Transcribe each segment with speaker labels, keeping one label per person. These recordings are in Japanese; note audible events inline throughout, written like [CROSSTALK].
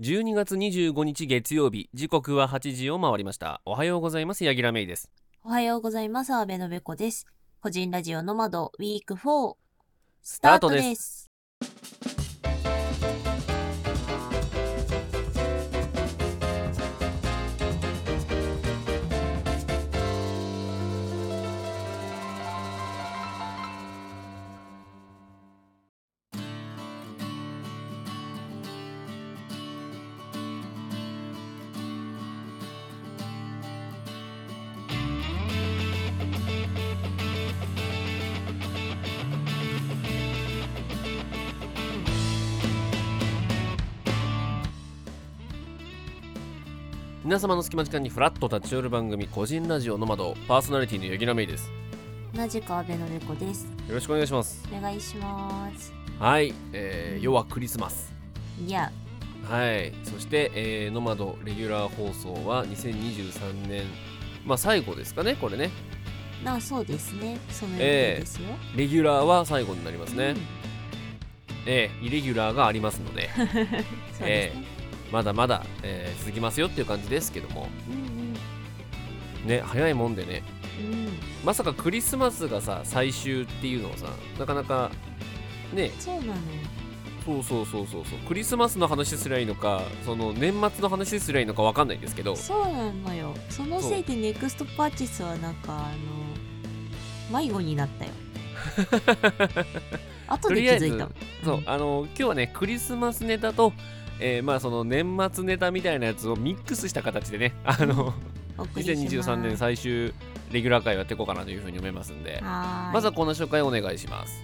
Speaker 1: 12月25日月曜日時刻は8時を回りましたおはようございます柳楽芽衣です
Speaker 2: おはようございます。阿部のべこです。個人ラジオノマドウィーク4ス
Speaker 1: ター
Speaker 2: ター
Speaker 1: ト
Speaker 2: ト
Speaker 1: で
Speaker 2: ですす。
Speaker 1: 皆様の隙間時間にフラッと立ち寄る番組個人ラジオの窓パーソナリティの柳楽芽衣です
Speaker 2: 同じく阿部のべこです。
Speaker 1: よろしくお願いします
Speaker 2: お願いします。
Speaker 1: はい、えー、要はクリスマス
Speaker 2: いや、
Speaker 1: はいそして、えー、ノマドレギュラー放送は2023年まあ最後ですかねこれね
Speaker 2: なそうですね。そのよう
Speaker 1: ええ
Speaker 2: ですよ。
Speaker 1: レギュラーは最後になりますね、
Speaker 2: うん
Speaker 1: えー、イレギュラーがありますので
Speaker 2: そうですね。
Speaker 1: まだまだ、えー続きますよっていう感じですけども
Speaker 2: うん
Speaker 1: ね早いもんでね
Speaker 2: うんうん。
Speaker 1: まさかクリスマスがさ最終っていうのはさなかなかね
Speaker 2: そうなのよ。
Speaker 1: そうそうそうそうそうクリスマスの話すりゃいいのかその年末の話すりゃいいのかわかんないですけど
Speaker 2: そうなのよ。そのせいでネクストパーチェスはなんかあの迷子になっ
Speaker 1: [LAUGHS]
Speaker 2: たよ。後
Speaker 1: と
Speaker 2: で
Speaker 1: り
Speaker 2: 気
Speaker 1: あえず
Speaker 2: づいた。
Speaker 1: そうあの今日はねクリスマスネタと、えーまあその年末ネタみたいなやつをミックスした形でねあの
Speaker 2: お送りします
Speaker 1: 2023年最終レギュラー会をやっていこうかなというふうに思いますんで
Speaker 2: はーい
Speaker 1: まずはこの紹介をお願いします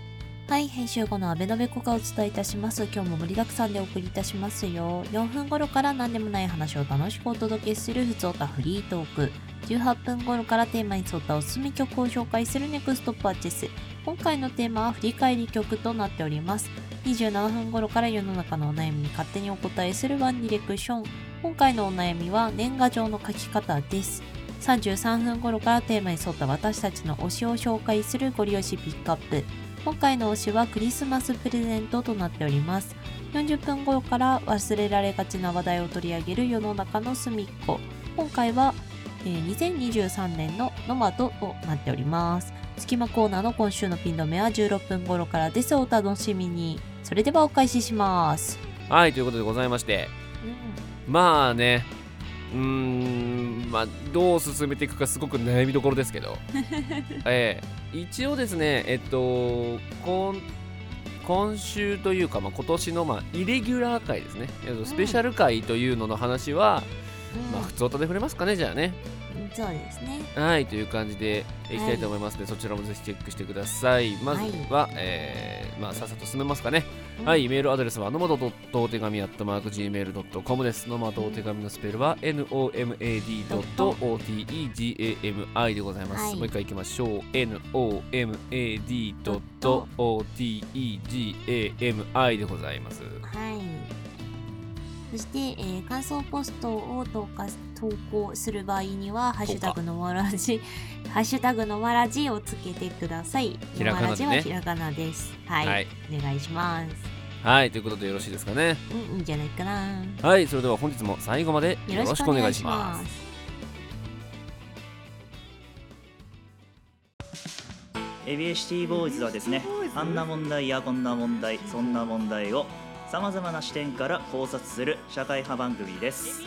Speaker 2: はい、編集後のアベノベコがお伝えいたします。今日も盛りだくさんでお送りいたしますよ。4分頃から何でもない話を楽しくお届けするふつおたフリートーク。18分頃からテーマに沿ったおすすめ曲を紹介するネクストパーチェス。今回のテーマは振り返り曲となっております。27分頃から世の中のお悩みに勝手にお答えするワンディレクション。今回のお悩みは年賀状の書き方です。33分頃からテーマに沿った私たちの推しを紹介するご利用しピックアップ。今回の推しはクリスマスプレゼントとなっております40分後から忘れられがちな話題を取り上げる世の中の隅っこ今回は、えー2023年のノマドとなっております隙間コーナーの今週のピン止めは16分頃からですお楽しみにそれではお返しします、
Speaker 1: はいということでございましてまあねうーんまあどう進めていくかすごく悩みどころですけ [LAUGHS] どええ一応ですねえっと今今週というか、まあ、今年の、まあ、イレギュラー回ですね、えっと、スペシャル回というのの話は、まあ普通歌で触れますかねじゃあね
Speaker 2: そうですね
Speaker 1: はいという感じでいきたいと思いますの、で、そちらもぜひチェックしてくださいまずは、えーまあ、さっさと進めますかねはい、メールアドレスは、のまどお手紙 gmail.com です。のまどお手紙のスペルは、nomad.otegami でございます。
Speaker 2: はい
Speaker 1: もう一回いきましょう。nomad.otegami でございます。
Speaker 2: はい。そして、えー感想ポストを投下投稿する場合には、ハッシュタグのわらじ、ハッシュタグのわらじをつけてください。
Speaker 1: ひらが
Speaker 2: の
Speaker 1: な
Speaker 2: わ
Speaker 1: で
Speaker 2: ら
Speaker 1: ね
Speaker 2: じはひらがなです。はい。
Speaker 1: はい
Speaker 2: お願いします。
Speaker 1: はい、ということでよろしいですかね。
Speaker 2: うん、いいんじゃないかな。
Speaker 1: はい、それでは本日も最後までよ
Speaker 2: よ
Speaker 1: ろ
Speaker 2: ろ
Speaker 1: し
Speaker 2: し
Speaker 1: く
Speaker 2: く
Speaker 1: お
Speaker 2: お
Speaker 1: 願
Speaker 2: 願
Speaker 1: い
Speaker 2: い
Speaker 1: し
Speaker 2: し
Speaker 1: ま
Speaker 2: ますす。。
Speaker 3: ABST ボーイズはですねあんな問題やこんな問題そんな問題をさまざまな視点から考察する社会派番組です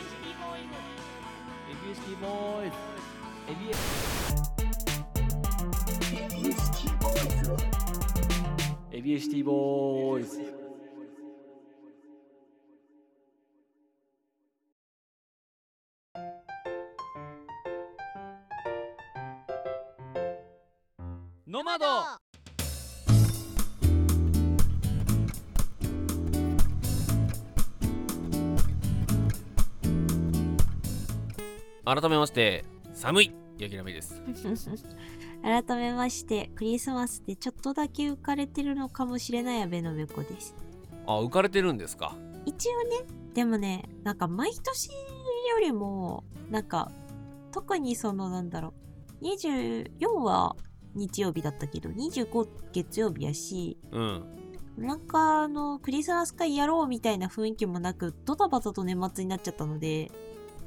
Speaker 4: エビエシティボーイズ
Speaker 1: ノマド改めまして、寒いヤギラメです。
Speaker 2: [LAUGHS] 改めまして、クリスマスでちょっとだけ浮かれてるのかもしれない阿部のべこです。
Speaker 1: あ、浮かれてるんですか。
Speaker 2: 一応ねでもねなんか毎年よりもなんか特にそのなんだろう24は日曜日だったけど25月曜日やし
Speaker 1: うん。
Speaker 2: なんかあのクリスマス会やろうみたいな雰囲気もなくドタバタと年末になっちゃったので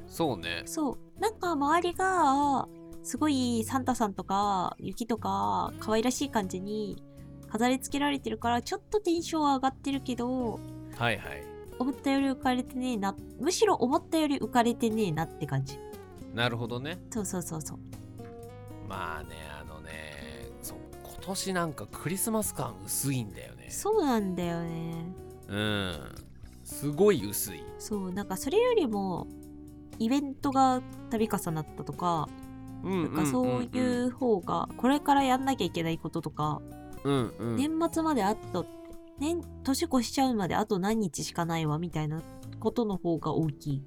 Speaker 1: そうね
Speaker 2: そうなんか周りがすごいサンタさんとか雪とか可愛らしい感じに飾り付けられてるからちょっとテンションは上がってるけど
Speaker 1: はいはい
Speaker 2: 思ったより浮かれてねえなむしろ思ったより浮かれてねえなって感じ
Speaker 1: なるほどね
Speaker 2: そうそうそうそう
Speaker 1: まあねあのねそう今年なんかクリスマス感薄いんだよね
Speaker 2: そうなんだよね
Speaker 1: うんすごい薄い
Speaker 2: そうなんかそれよりもイベントが度重なったとか
Speaker 1: うん
Speaker 2: なんかそういう方がこれからやんなきゃいけないこととか、
Speaker 1: うんうんうん
Speaker 2: 年末まであと年年越しちゃうまであと何日しかないわみたいなことの方が大きい。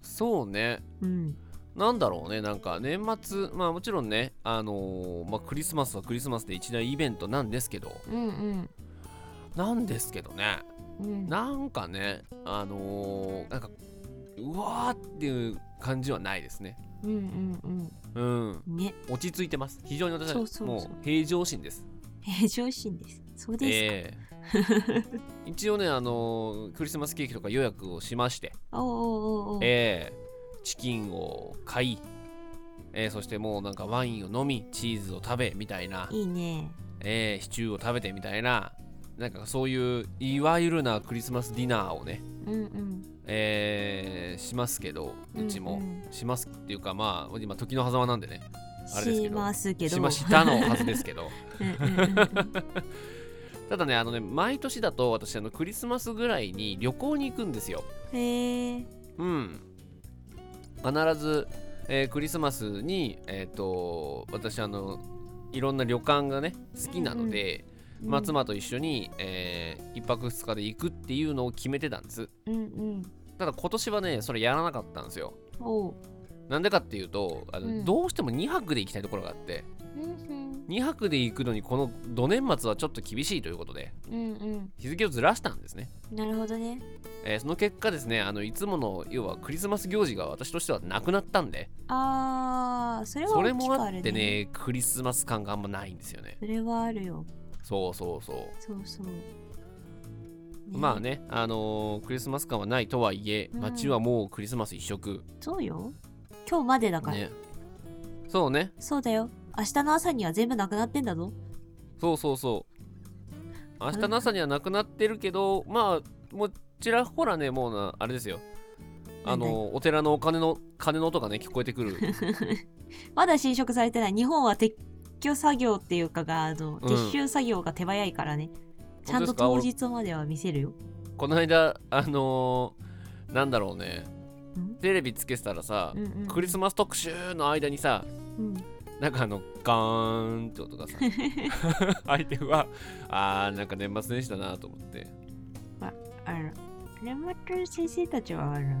Speaker 1: そうね
Speaker 2: うん、
Speaker 1: なんだろうねなんか年末まあもちろんねあのーまあクリスマスはクリスマスで一大イベントなんですけど
Speaker 2: うん
Speaker 1: なんですけどね
Speaker 2: うんうん
Speaker 1: なんかねあのーなんかうわーっていう感じはないですね
Speaker 2: うんうん
Speaker 1: うん
Speaker 2: うんね [LAUGHS]
Speaker 1: 落ち着いてます非常に私は
Speaker 2: そうそうそう
Speaker 1: もう平常心です
Speaker 2: 平常心です。そうですか。
Speaker 1: え
Speaker 2: [LAUGHS]
Speaker 1: え一応ねあのークリスマスケーキとか予約をしまして
Speaker 2: おうおうおうおう
Speaker 1: えーチキンを買い、えーそしてもうなんかワインを飲みチーズを食べみたいない
Speaker 2: いね。
Speaker 1: えーシチューを食べてみたいななんかそういういわゆるなクリスマスディナーをね、
Speaker 2: うんうん。
Speaker 1: えーしますけどうちも、
Speaker 2: うんうん
Speaker 1: しますっていうかまあ今時の狭間なんでねあれですけど
Speaker 2: しますけど。
Speaker 1: しましたのはずです
Speaker 2: [LAUGHS]
Speaker 1: けど
Speaker 2: う
Speaker 1: [LAUGHS]
Speaker 2: んうんうん
Speaker 1: ただねあのね毎年だと私あのクリスマスぐらいに旅行に行くんですよ
Speaker 2: うんへえ。
Speaker 1: うん必ず、えークリスマスにえっ、と私あのいろんな旅館がね好きなので、まあ、
Speaker 2: うん
Speaker 1: 妻と一緒に、えー、1泊2日で行くっていうのを決めてたんです
Speaker 2: うんうん。
Speaker 1: ただ今年はねそれやらなかったんですよ
Speaker 2: おう。
Speaker 1: なんでかっていうとあの、
Speaker 2: うん
Speaker 1: どうしても2泊で行きたいところがあって
Speaker 2: うん
Speaker 1: 2泊で行くのにこの土年末はちょっと厳しいということで
Speaker 2: うん。うん
Speaker 1: 日付をずらしたんですね、
Speaker 2: うん。なるほどね。
Speaker 1: えーその結果ですねあのいつもの要はクリスマス行事が私としてはなくなったんで
Speaker 2: あー、それは
Speaker 1: それ
Speaker 2: 大き
Speaker 1: も
Speaker 2: く
Speaker 1: あ
Speaker 2: あ
Speaker 1: っ
Speaker 2: る
Speaker 1: て
Speaker 2: ね。
Speaker 1: ねクリスマス感があんまないんですよね
Speaker 2: それはあるよ。
Speaker 1: そうそうそう
Speaker 2: そうそう。
Speaker 1: まあ。ねあのークリスマス感はないとはいえ
Speaker 2: うん
Speaker 1: 街はもうクリスマス一色、
Speaker 2: そうよ。今日までだから。
Speaker 1: ね、そうね
Speaker 2: そうだよ。明日の朝には全部なくなってんだぞ。
Speaker 1: そうそうそう明日の朝にはなくなってるけどまあもうちらほらねもうなあれですよあ
Speaker 2: 何
Speaker 1: のお寺のお金の鐘の音がね聞こえてくる
Speaker 2: [LAUGHS] まだ侵食されてない。日本は撤去作業っていうかが、あの、
Speaker 1: うん
Speaker 2: 撤収作業が手早いからね。ちゃんと
Speaker 1: 本当
Speaker 2: 当
Speaker 1: で
Speaker 2: 日までは見せるよ。
Speaker 1: この間あのーなんだろうね
Speaker 2: ん
Speaker 1: テレビつけてたらさ、
Speaker 2: うんうん、
Speaker 1: クリスマス特集の間にさ
Speaker 2: うん、
Speaker 1: なんかあのガーンって音が
Speaker 2: [LAUGHS]
Speaker 1: さ相手はあーなんか年末年始だなと思って
Speaker 2: [LAUGHS] あの、年末先生たちは、あの、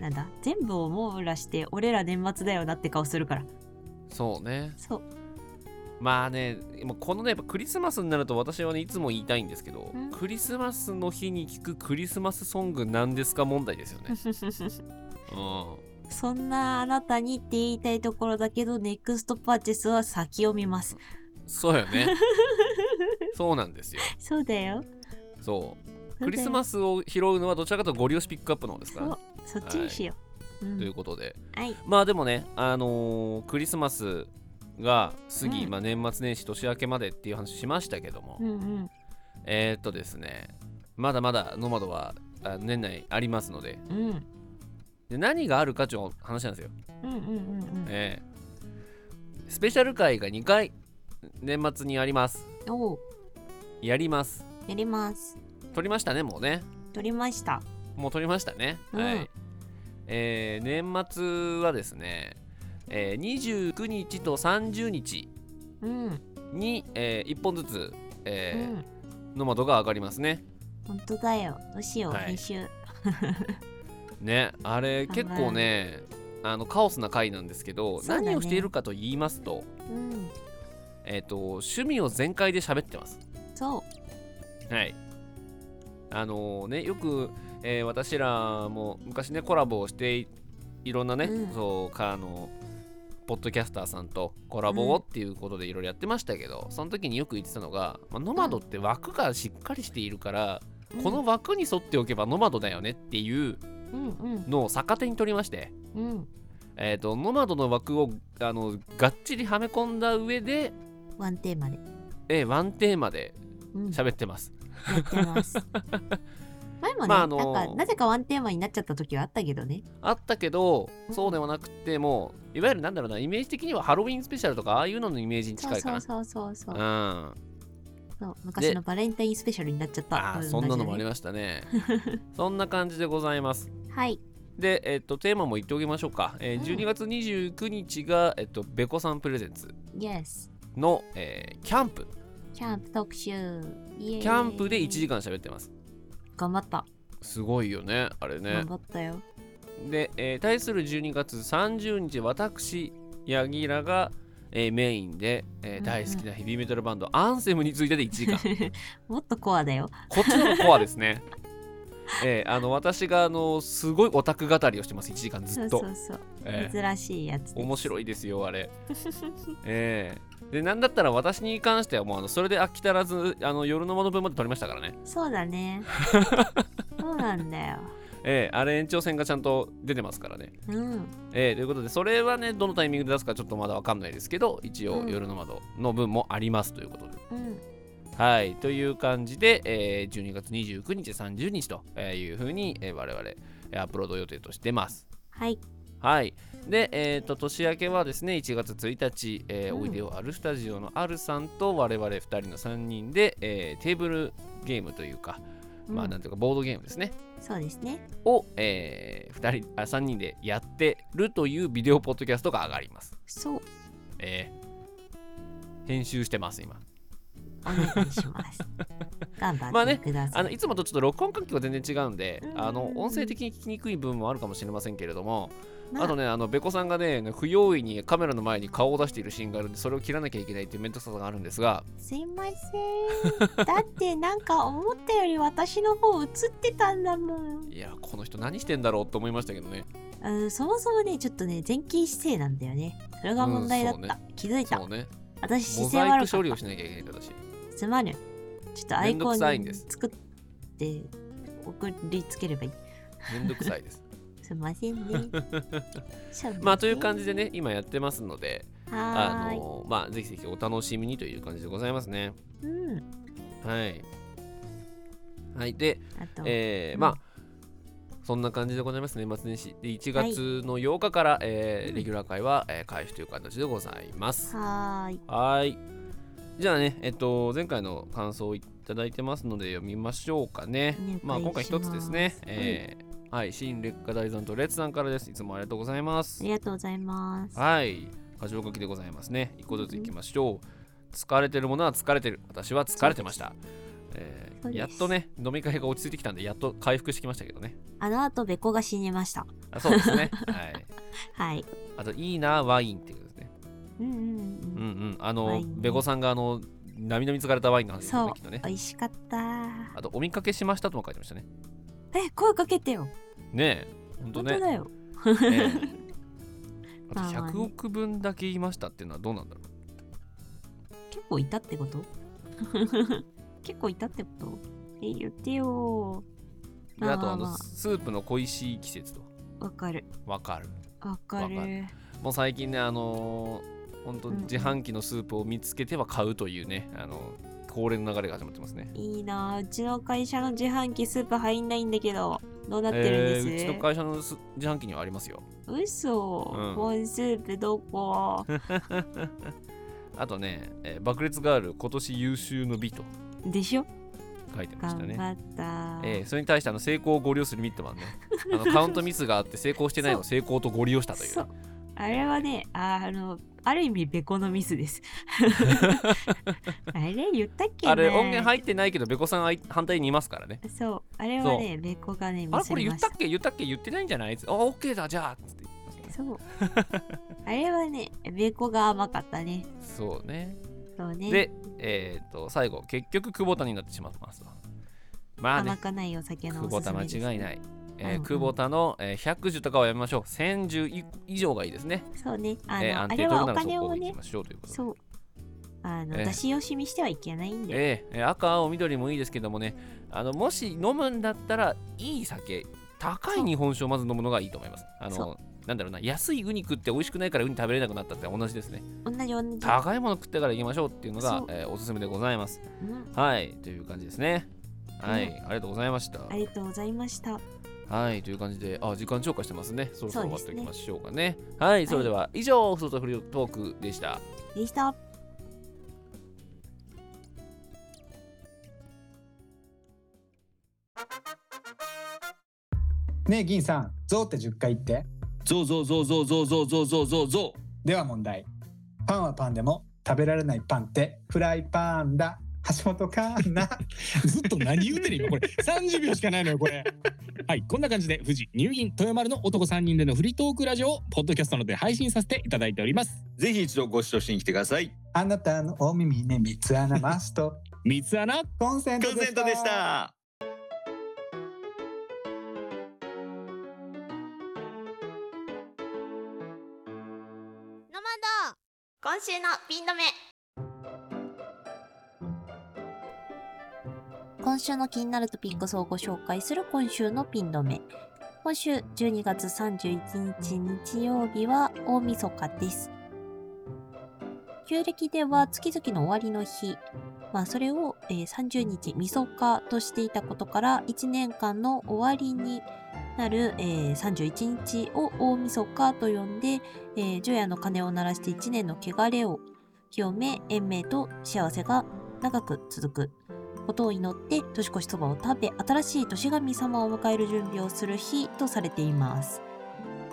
Speaker 2: なんだ、全部を網羅して、俺ら年末だよなって顔するから。
Speaker 1: そうね
Speaker 2: そう。
Speaker 1: まあね、もうこのね、やっぱクリスマスになると私はね、いつも言いたいんですけど、
Speaker 2: うん
Speaker 1: クリスマスの日に聞くクリスマスソングなんですか問題です
Speaker 2: [LAUGHS]
Speaker 1: よね。う
Speaker 2: そんなあなたにって言いたいところだけど、ネクストパーチェスは先を見ます。
Speaker 1: ん。そうよね。 [LAUGHS] そうなんですよ。
Speaker 2: そうだよ。
Speaker 1: そう。クリスマスを拾うのはどちらかというとゴリ押しピックアップの方ですから。
Speaker 2: そうそっちにしよ
Speaker 1: と
Speaker 2: う。
Speaker 1: いううことで。
Speaker 2: ん、はい。
Speaker 1: まあでもね、あのークリスマスが過ぎ、
Speaker 2: うん
Speaker 1: まあ年末年始年明けまでっていう話しましたけども、
Speaker 2: うんうん
Speaker 1: えー、っとですね、まだまだノマドはあ年内ありますので、
Speaker 2: うん
Speaker 1: で何があるかっていう話なんですよ。
Speaker 2: うんうんうんうん
Speaker 1: ええスペシャル回が2回年末にあります。
Speaker 2: おう
Speaker 1: やります。
Speaker 2: やります
Speaker 1: 撮りましたね、もうね。
Speaker 2: 撮りました
Speaker 1: もう撮りましたね。は
Speaker 2: うん
Speaker 1: い。えー年末はですね、えー29日と30日
Speaker 2: うん
Speaker 1: に、え1本ずつ、
Speaker 2: う
Speaker 1: え
Speaker 2: ん
Speaker 1: ーノマドが上がりますね。
Speaker 2: 本当だよどうしよう
Speaker 1: はい
Speaker 2: 編集
Speaker 1: ね、あれ
Speaker 2: 頑張
Speaker 1: 結
Speaker 2: る
Speaker 1: 構ね、あのカオスな回なんですけど、
Speaker 2: そうだね
Speaker 1: 何をしているかと言いますと、
Speaker 2: うん
Speaker 1: えっ、と、趣味を全開で喋ってます。
Speaker 2: そ
Speaker 1: はい。あのね、よく、えー私らも昔ね、コラボをしていいろんなね、
Speaker 2: うん
Speaker 1: そうか、あのポッドキャスターさんとコラボをっていうことでいろいろやってましたけど、その時によく言ってたのが、まあ、ノマドって枠がしっかりしているから、
Speaker 2: うん
Speaker 1: この枠に沿っておけばノマドだよねっていう
Speaker 2: うんうん
Speaker 1: のを逆手に取りまして、
Speaker 2: うん
Speaker 1: えー、とノマドの枠をあのがっちりはめ込んだ上で、
Speaker 2: ワンテーマで、
Speaker 1: えーワンテーマで
Speaker 2: うん、や
Speaker 1: 喋ってます。
Speaker 2: ってます
Speaker 1: [LAUGHS]
Speaker 2: 前もね、
Speaker 1: まああのー
Speaker 2: なんかなぜかワンテーマになっちゃった時はあったけどね
Speaker 1: あったけどそうではなくてもういわゆるなんだろうなイメージ的にはハロウィンスペシャルとかああいうののイメージに
Speaker 2: そう
Speaker 1: 近いか
Speaker 2: そ
Speaker 1: な
Speaker 2: うそうそうそ
Speaker 1: う
Speaker 2: う、
Speaker 1: ん
Speaker 2: そう昔のバレンタインスペシャルになっちゃった
Speaker 1: あーそんなのもあり
Speaker 2: ま
Speaker 1: ました
Speaker 2: [LAUGHS]
Speaker 1: ねそんな感じでございます
Speaker 2: すはい
Speaker 1: で、えっと、テーマも言っておきましょうか、えー
Speaker 2: うん
Speaker 1: 12月29日が、えっと、べこさんプレゼンツ
Speaker 2: Yes
Speaker 1: の、えーキャンプ
Speaker 2: キャンプ特集イエーイ
Speaker 1: キャンプで1時間喋ってます
Speaker 2: 頑張った、
Speaker 1: すごいよねあれね
Speaker 2: 頑張ったよ [LAUGHS]
Speaker 1: で、えー対する12月30日私ヤギラが、えーメインで、えー
Speaker 2: うん
Speaker 1: 大好きなヘビーメタルバンドアンセムについてで1時間 [LAUGHS]
Speaker 2: もっとコアだよ
Speaker 1: こっちの方がコアですね [LAUGHS] えーあの私があのすごいオタク語りをしてます1時間ず
Speaker 2: そ
Speaker 1: っ
Speaker 2: う
Speaker 1: と
Speaker 2: そうそう、
Speaker 1: えー
Speaker 2: 珍しいやつ
Speaker 1: 面白いですよあ
Speaker 2: [LAUGHS]
Speaker 1: れええでなんだったら私に関してはもうあのそれで飽き足らずあの夜のもの分まで撮りましたからね
Speaker 2: そう
Speaker 1: [LAUGHS]
Speaker 2: だねそうなんだよ
Speaker 1: ええあれ延長戦がちゃんと出てますからね
Speaker 2: うん
Speaker 1: ええということでそれはねどのタイミングで出すかちょっとまだわかんないですけど一応
Speaker 2: うん
Speaker 1: 夜の窓の分もありますということで、
Speaker 2: うん
Speaker 1: はいという感じで、ええ12月29日30日とえーいうふうに、えー我々えーアップロード予定としてます
Speaker 2: はい
Speaker 1: はい。で、えっ、と、年明けはですね、1月1日、えー
Speaker 2: うん
Speaker 1: おいでよあるスタジオのあるさんと我々2人の3人で、えーテーブルゲームというか、まあ、
Speaker 2: うん
Speaker 1: なんていうか、ボードゲームですね、
Speaker 2: そうですね
Speaker 1: を、え2人あ、3人でやってるというビデオポッドキャストが上がります。
Speaker 2: そう
Speaker 1: えー編集してます、今。
Speaker 2: お願いします
Speaker 1: [LAUGHS]
Speaker 2: 頑
Speaker 1: ま
Speaker 2: 張
Speaker 1: あ
Speaker 2: っ
Speaker 1: ね
Speaker 2: てください、
Speaker 1: あのいつもとちょっと録音環境が全然違うんで、
Speaker 2: うん
Speaker 1: あの音声的に聞きにくい部分もあるかもしれませんけれども、
Speaker 2: まあ
Speaker 1: あ、とねあのベコさんがね不用意にカメラの前に顔を出しているシーンがあるんでそれを切らなきゃいけないっていう面倒くささがあるんですが
Speaker 2: すいません [LAUGHS] だってなんか思ったより私の方映ってたんだもん、
Speaker 1: いやこの人何してんだろうと思いましたけどね
Speaker 2: うん、そもそもねちょっとね前傾姿勢なんだよねそれが問題だった、
Speaker 1: うんそう
Speaker 2: 気づいた
Speaker 1: そうね
Speaker 2: 私
Speaker 1: モ
Speaker 2: 姿勢
Speaker 1: ザイ
Speaker 2: 悪
Speaker 1: ク
Speaker 2: か
Speaker 1: 処
Speaker 2: っ
Speaker 1: 理を
Speaker 2: た
Speaker 1: しなきゃいけないんだ私
Speaker 2: すまぬちょっとアイコ
Speaker 1: めん
Speaker 2: ン
Speaker 1: どくさいんです
Speaker 2: 作って送りつければいい
Speaker 1: めんどくさいです
Speaker 2: すいま
Speaker 1: [LAUGHS]
Speaker 2: せんねそうね
Speaker 1: まあという感じでね今やってますので
Speaker 2: は
Speaker 1: あ
Speaker 2: ーい
Speaker 1: のまあぜひぜひお楽しみにという感じでございますね
Speaker 2: うん
Speaker 1: はいはいで
Speaker 2: あと、
Speaker 1: えー
Speaker 2: うん
Speaker 1: まあそんな感じでございますね年末年始で1月の8日から、えー
Speaker 2: うん
Speaker 1: レギュラー会は、えー開始という形でございます
Speaker 2: はーい
Speaker 1: はーいじゃあねえっと前回の感想をいただいてますので読みましょうかね
Speaker 2: お願いし
Speaker 1: ま
Speaker 2: ま
Speaker 1: あ
Speaker 2: す
Speaker 1: 今回一つですねえーはい、新劣化大山とレッツさんからですいつもありがとうございます
Speaker 2: ありがとうございます
Speaker 1: はい箇条書きでございますね一個ずついきましょう疲れてるものは疲れてる私は疲れてました、えー
Speaker 2: そうです
Speaker 1: やっとね飲み会が落ち着いてきたんでやっと回復してきましたけどね
Speaker 2: あの後べこが死にました
Speaker 1: あそうです
Speaker 2: [LAUGHS]
Speaker 1: ね。はい。
Speaker 2: はい
Speaker 1: あと、いいな、ワインっていうことですね。
Speaker 2: うんうんうん
Speaker 1: うんうん。あ
Speaker 2: ワ
Speaker 1: の
Speaker 2: イ、ン
Speaker 1: ベコさんが、あの、なみなみ疲れたワインの話ですよ
Speaker 2: そ
Speaker 1: ね
Speaker 2: う、
Speaker 1: きっとね。
Speaker 2: 美味しかった。
Speaker 1: あと、お見かけしましたとも書いてましたね。
Speaker 2: え、声かけてよ。
Speaker 1: ねえ。ほんと
Speaker 2: 本当
Speaker 1: ね。
Speaker 2: だよ。
Speaker 1: え
Speaker 2: [LAUGHS]
Speaker 1: えあ
Speaker 2: まあまあ
Speaker 1: と、100
Speaker 2: ね
Speaker 1: 億分だけ言いましたっていうのはどうなんだろう。
Speaker 2: 結構いたってこと [LAUGHS] 結構いたってことえ、言ってよ。
Speaker 1: で、あと、あ
Speaker 2: まあま
Speaker 1: の、
Speaker 2: あ
Speaker 1: スープの恋しい季節と。
Speaker 2: わかる。
Speaker 1: わかる。
Speaker 2: わか
Speaker 1: わか
Speaker 2: る。
Speaker 1: もう最近ね、あのー、本当
Speaker 2: うんうん
Speaker 1: 自販機のスープを見つけては買うというね、あの、恒例の流れが始まってますね。
Speaker 2: いいなあうちの会社の自販機スープ入んないんだけど、どうなってるん
Speaker 1: え
Speaker 2: です、
Speaker 1: ーうちの会社のす自販機にはありますよ。
Speaker 2: 嘘、
Speaker 1: うん
Speaker 2: コーンスープ
Speaker 1: [LAUGHS]
Speaker 2: どこ
Speaker 1: あとね、えー爆裂ガール今年優秀の美と
Speaker 2: でしょ
Speaker 1: 書いてました
Speaker 2: 頑
Speaker 1: ね。
Speaker 2: 張った。
Speaker 1: えーそれに対してあの成功をご利用するミット
Speaker 2: [LAUGHS]
Speaker 1: マンねあのカウントミスがあって成功してないのを成功とご利用したという
Speaker 2: そうあれはねああのある意味ベコのミスです [LAUGHS]
Speaker 1: [LAUGHS]
Speaker 2: あれ言ったっけな
Speaker 1: あれ音源入ってないけどベコさんあい反対にいますからね
Speaker 2: そうあれはねベコがねミ
Speaker 1: あれ
Speaker 2: ス
Speaker 1: これ言
Speaker 2: りま
Speaker 1: っ
Speaker 2: したた
Speaker 1: っけ言ったっけ言ってないんじゃないあオッケーだじゃあつって言ってますね
Speaker 2: そうあれはねベコが甘かったね
Speaker 1: そうね
Speaker 2: そうね
Speaker 1: でえっ、と最後結局久保田になってしまってますとまあ
Speaker 2: 甘
Speaker 1: ね
Speaker 2: かないお酒の
Speaker 1: 久
Speaker 2: お
Speaker 1: 保
Speaker 2: すす
Speaker 1: 田
Speaker 2: めです
Speaker 1: 間違いないえー
Speaker 2: うんうん
Speaker 1: 久保田の、えー100樹とかはやめましょう1000樹い以上がいいですね
Speaker 2: そうねあの、
Speaker 1: えー
Speaker 2: あ
Speaker 1: 安定
Speaker 2: れ
Speaker 1: 取
Speaker 2: は
Speaker 1: る
Speaker 2: お
Speaker 1: ならそ
Speaker 2: 金
Speaker 1: こ
Speaker 2: を
Speaker 1: 行き
Speaker 2: ね
Speaker 1: ましょうということで
Speaker 2: そうあの、
Speaker 1: ええ
Speaker 2: 出し惜しみしてはいけないんだよ、
Speaker 1: えええー赤青緑もいいですけどもねあのもし飲むんだったらいい酒高い日本酒をまず飲むのがいいと思いますあ
Speaker 2: そ
Speaker 1: のなんだろうな安いウニ食って美味しくないからウニ食べれなくなったって同じですね
Speaker 2: 同じ同じ、
Speaker 1: 高いもの食ってから行きましょうっていうの
Speaker 2: そ
Speaker 1: が
Speaker 2: う、
Speaker 1: えーおすすめでございます
Speaker 2: うん、
Speaker 1: はいという感じですねはい、
Speaker 2: うん
Speaker 1: ありがとうございました
Speaker 2: ありがとうございました
Speaker 1: はいという感じであ時間超過してますねそろそろ終わっ
Speaker 2: そ
Speaker 1: て
Speaker 2: う
Speaker 1: お
Speaker 2: です
Speaker 1: きまし
Speaker 2: ね
Speaker 1: ょうかねはいそれでは、以上ふととフリートークでした
Speaker 2: でした
Speaker 5: ねえ銀さんゾウって10回言って
Speaker 6: ゾウゾウゾウゾウゾウゾウゾウゾウゾウゾ
Speaker 5: では問題パンはパンでも食べられないパンってフライパンだ橋本環
Speaker 7: [LAUGHS]
Speaker 5: 奈
Speaker 6: ウずっと何言うてる今これ30秒しかないのよこれはいこんな感じで富士入銀豊丸の男3人でのフリートークラジオをポッドキャストので配信させていただいております
Speaker 7: ぜひ一度ご視聴しに来てください。
Speaker 5: あなたのお耳に三つ穴マスト
Speaker 6: 三つ穴
Speaker 5: コンセン
Speaker 7: コ
Speaker 5: ト
Speaker 7: ンセントでした。
Speaker 8: ノマド今週のピン止め
Speaker 2: 今週の気になるトピックスをご紹介する今週のピン止め。今週12月31日日曜日は大晦日です。旧暦では月々の終わりの日、まあ、それを、えー30日晦日としていたことから1年間の終わりになる、えー31日を大晦日と呼んで、えー除夜の鐘を鳴らして1年の汚れを清め、延命と幸せが長く続くことを祈って年越しそばを食べ新しい年神様を迎える準備をする日とされています。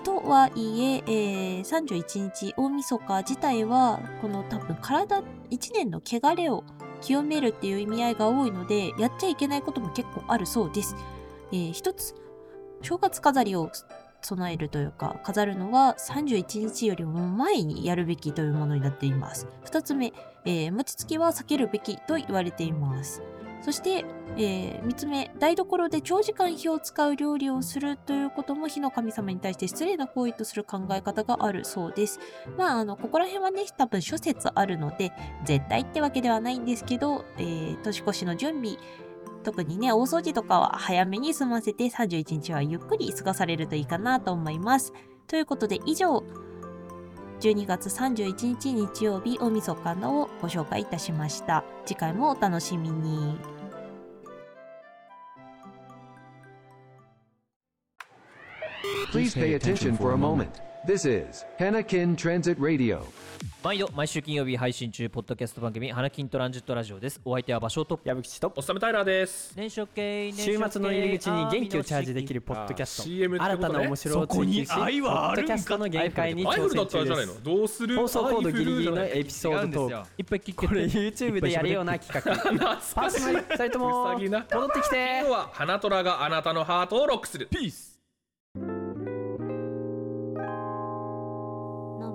Speaker 2: とはいええー31日大晦日自体はこの多分体1年の汚れを清めるっていう意味合いが多いのでやっちゃいけないことも結構あるそうです。えー一つ正月飾りを備えるというか飾るのは31日よりも前にやるべきというものになっています。二つ目、えー餅つきは避けるべきと言われています。そして、え3つ目台所で長時間火を使う料理をするということも火の神様に対して失礼な行為とする考え方があるそうです。まああのここら辺はね多分諸説あるので絶対ってわけではないんですけど、えー年越しの準備特にね大掃除とかは早めに済ませて31日はゆっくり過ごされるといいかなと思います。ということで以上12月31日日曜日大晦日のをご紹介いたしました。次回もお楽しみに。
Speaker 9: Please pay attention for a moment. This is Hanakin Transit Radio.
Speaker 10: 毎度毎週金曜日配信中ポッドキャスト番組「花金トランジットラジオ」ですお相手は場所と
Speaker 4: 矢吹と
Speaker 11: おっさめタイラーです。
Speaker 10: 年初系
Speaker 4: 週末の入り口に元気をチャージできるポッドキャスト
Speaker 11: あー CM ってこと
Speaker 4: 新
Speaker 11: ね
Speaker 4: たな面白を追求し
Speaker 10: そこに愛はあるんか
Speaker 4: ポッドキャストの限界に
Speaker 11: アイ
Speaker 4: 挑
Speaker 11: フルだった
Speaker 4: 戦
Speaker 11: らじゃない
Speaker 4: 中で
Speaker 11: の
Speaker 4: す
Speaker 11: どうする
Speaker 4: 放送コードギリギリの
Speaker 11: アイフル
Speaker 4: エピソードトーク
Speaker 10: いっぱい聞け
Speaker 4: これ YouTube でやるような企
Speaker 11: [LAUGHS]
Speaker 4: 画パーソナリティ2人とも
Speaker 11: うさぎな
Speaker 4: 戻ってき
Speaker 11: 今
Speaker 4: て
Speaker 11: 日は花虎があなたのハートをロックする。ピース
Speaker 2: ノ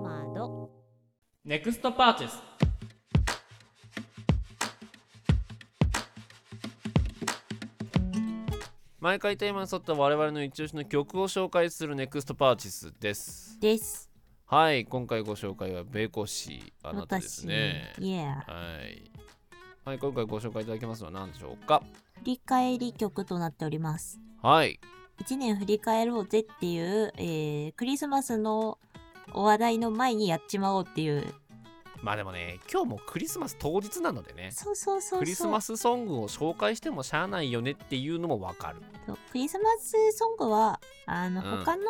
Speaker 2: マド
Speaker 10: ネクストパーチェス
Speaker 1: 毎回テーマに沿った我々の一押しの曲を紹介するネクストパーチスです
Speaker 2: です。
Speaker 1: はい今回ご紹介はベコシあなたですね
Speaker 2: 私、いや、
Speaker 1: はい、はい、今回ご紹介いただきますのは何でしょうか
Speaker 2: 振り返り曲となっております。
Speaker 1: はい
Speaker 2: 1年振り返ろうぜっていう、えークリスマスのお話題の前にやっちまおうっていう。
Speaker 1: まあでもね今日もクリスマス当日なのでね
Speaker 2: そうそうそうそう。
Speaker 1: クリスマスソングを紹介してもしゃあないよねっていうのもわかる
Speaker 2: そうクリスマスソングは、あの、
Speaker 1: うん
Speaker 2: 他の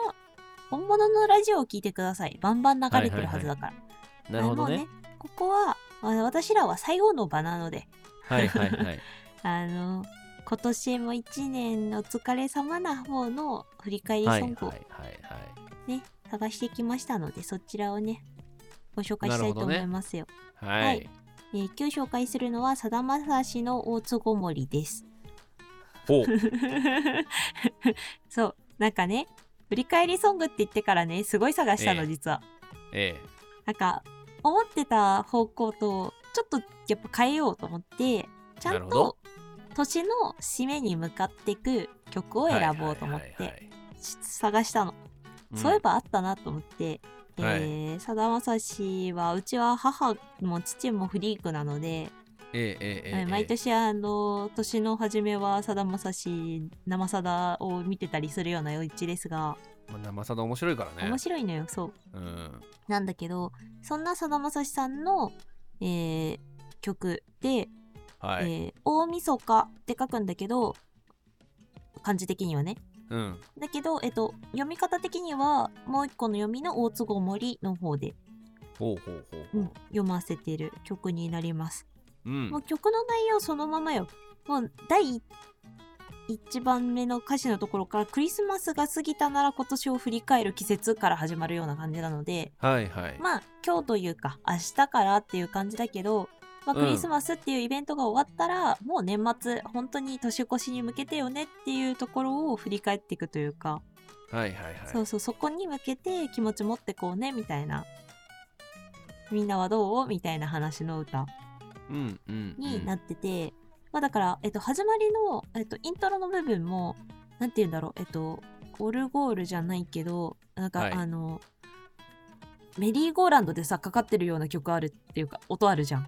Speaker 2: 本物のラジオを聞いてください。バンバン流れてるはずだから。
Speaker 1: な
Speaker 2: あのここは、あの私らは最後の場なので、
Speaker 1: はいはいはい
Speaker 2: [LAUGHS] あの、今年も1年お疲れ様な方の振り返り
Speaker 1: はい
Speaker 2: ソ
Speaker 1: はいはい
Speaker 2: ングを
Speaker 1: は
Speaker 2: ね、探してきましたので、そちらをね、ご紹介したいと思いますよ。
Speaker 1: いは
Speaker 2: はいいえー今日紹介するのは、さだまさしの大津ごもりです。
Speaker 1: ほう
Speaker 2: [LAUGHS] そう、なんかね、振り返りソングって言ってからね、すごい探したの、
Speaker 1: ええ
Speaker 2: 実は。
Speaker 1: ええ
Speaker 2: なんか、思ってた方向と、ちょっとやっぱ変えようと思って、ちゃ
Speaker 1: なる
Speaker 2: ん
Speaker 1: ほど
Speaker 2: と年の締めに向かっていく曲を選ぼうと思っ
Speaker 1: はいはいはいは
Speaker 2: てし探したの、
Speaker 1: うん
Speaker 2: そういえばあったなと思って、
Speaker 1: はい
Speaker 2: えーさだまさしはうちは母も父もフリークなので、
Speaker 1: えええええ
Speaker 2: はい
Speaker 1: え
Speaker 2: 毎年あの年の初めはさだまさし生さだを見てたりするような一ですが
Speaker 1: まあ生さだ面白いからね
Speaker 2: 面白いのよそう
Speaker 1: うん
Speaker 2: なんだけどそんなさだまさしさんの、えー曲で
Speaker 1: は
Speaker 2: え
Speaker 1: い、
Speaker 2: ー大晦日って書くんだけど漢字的にはね
Speaker 1: うん
Speaker 2: だけど、えっと、読み方的にはもう一個の読みの大坪森の方で、
Speaker 1: ほうほうほう
Speaker 2: うん読ませてる曲になります、
Speaker 1: うん
Speaker 2: もう曲の内容そのままよもう第1番目の歌詞のところからクリスマスが過ぎたなら今年を振り返る季節から始まるような感じなので
Speaker 1: はいはい、
Speaker 2: まあ今日というか明日からっていう感じだけど、まあ、
Speaker 1: うん
Speaker 2: クリスマスっていうイベントが終わったら、もう年末本当に年越しに向けてよねっていうところを振り返っていくというか、
Speaker 1: はいはいはい
Speaker 2: そうそうそこに向けて気持ち持ってこうねみたいなみんなはどうみたいな話の歌
Speaker 1: うんうん
Speaker 2: になってて、まあだから、えっと、始まりの、えっと、イントロの部分もなんて言うんだろうえっとオルゴールじゃないけどなんか、
Speaker 12: はい
Speaker 2: あのメリーゴーランドでさかかってるような曲あるっていうか音あるじゃん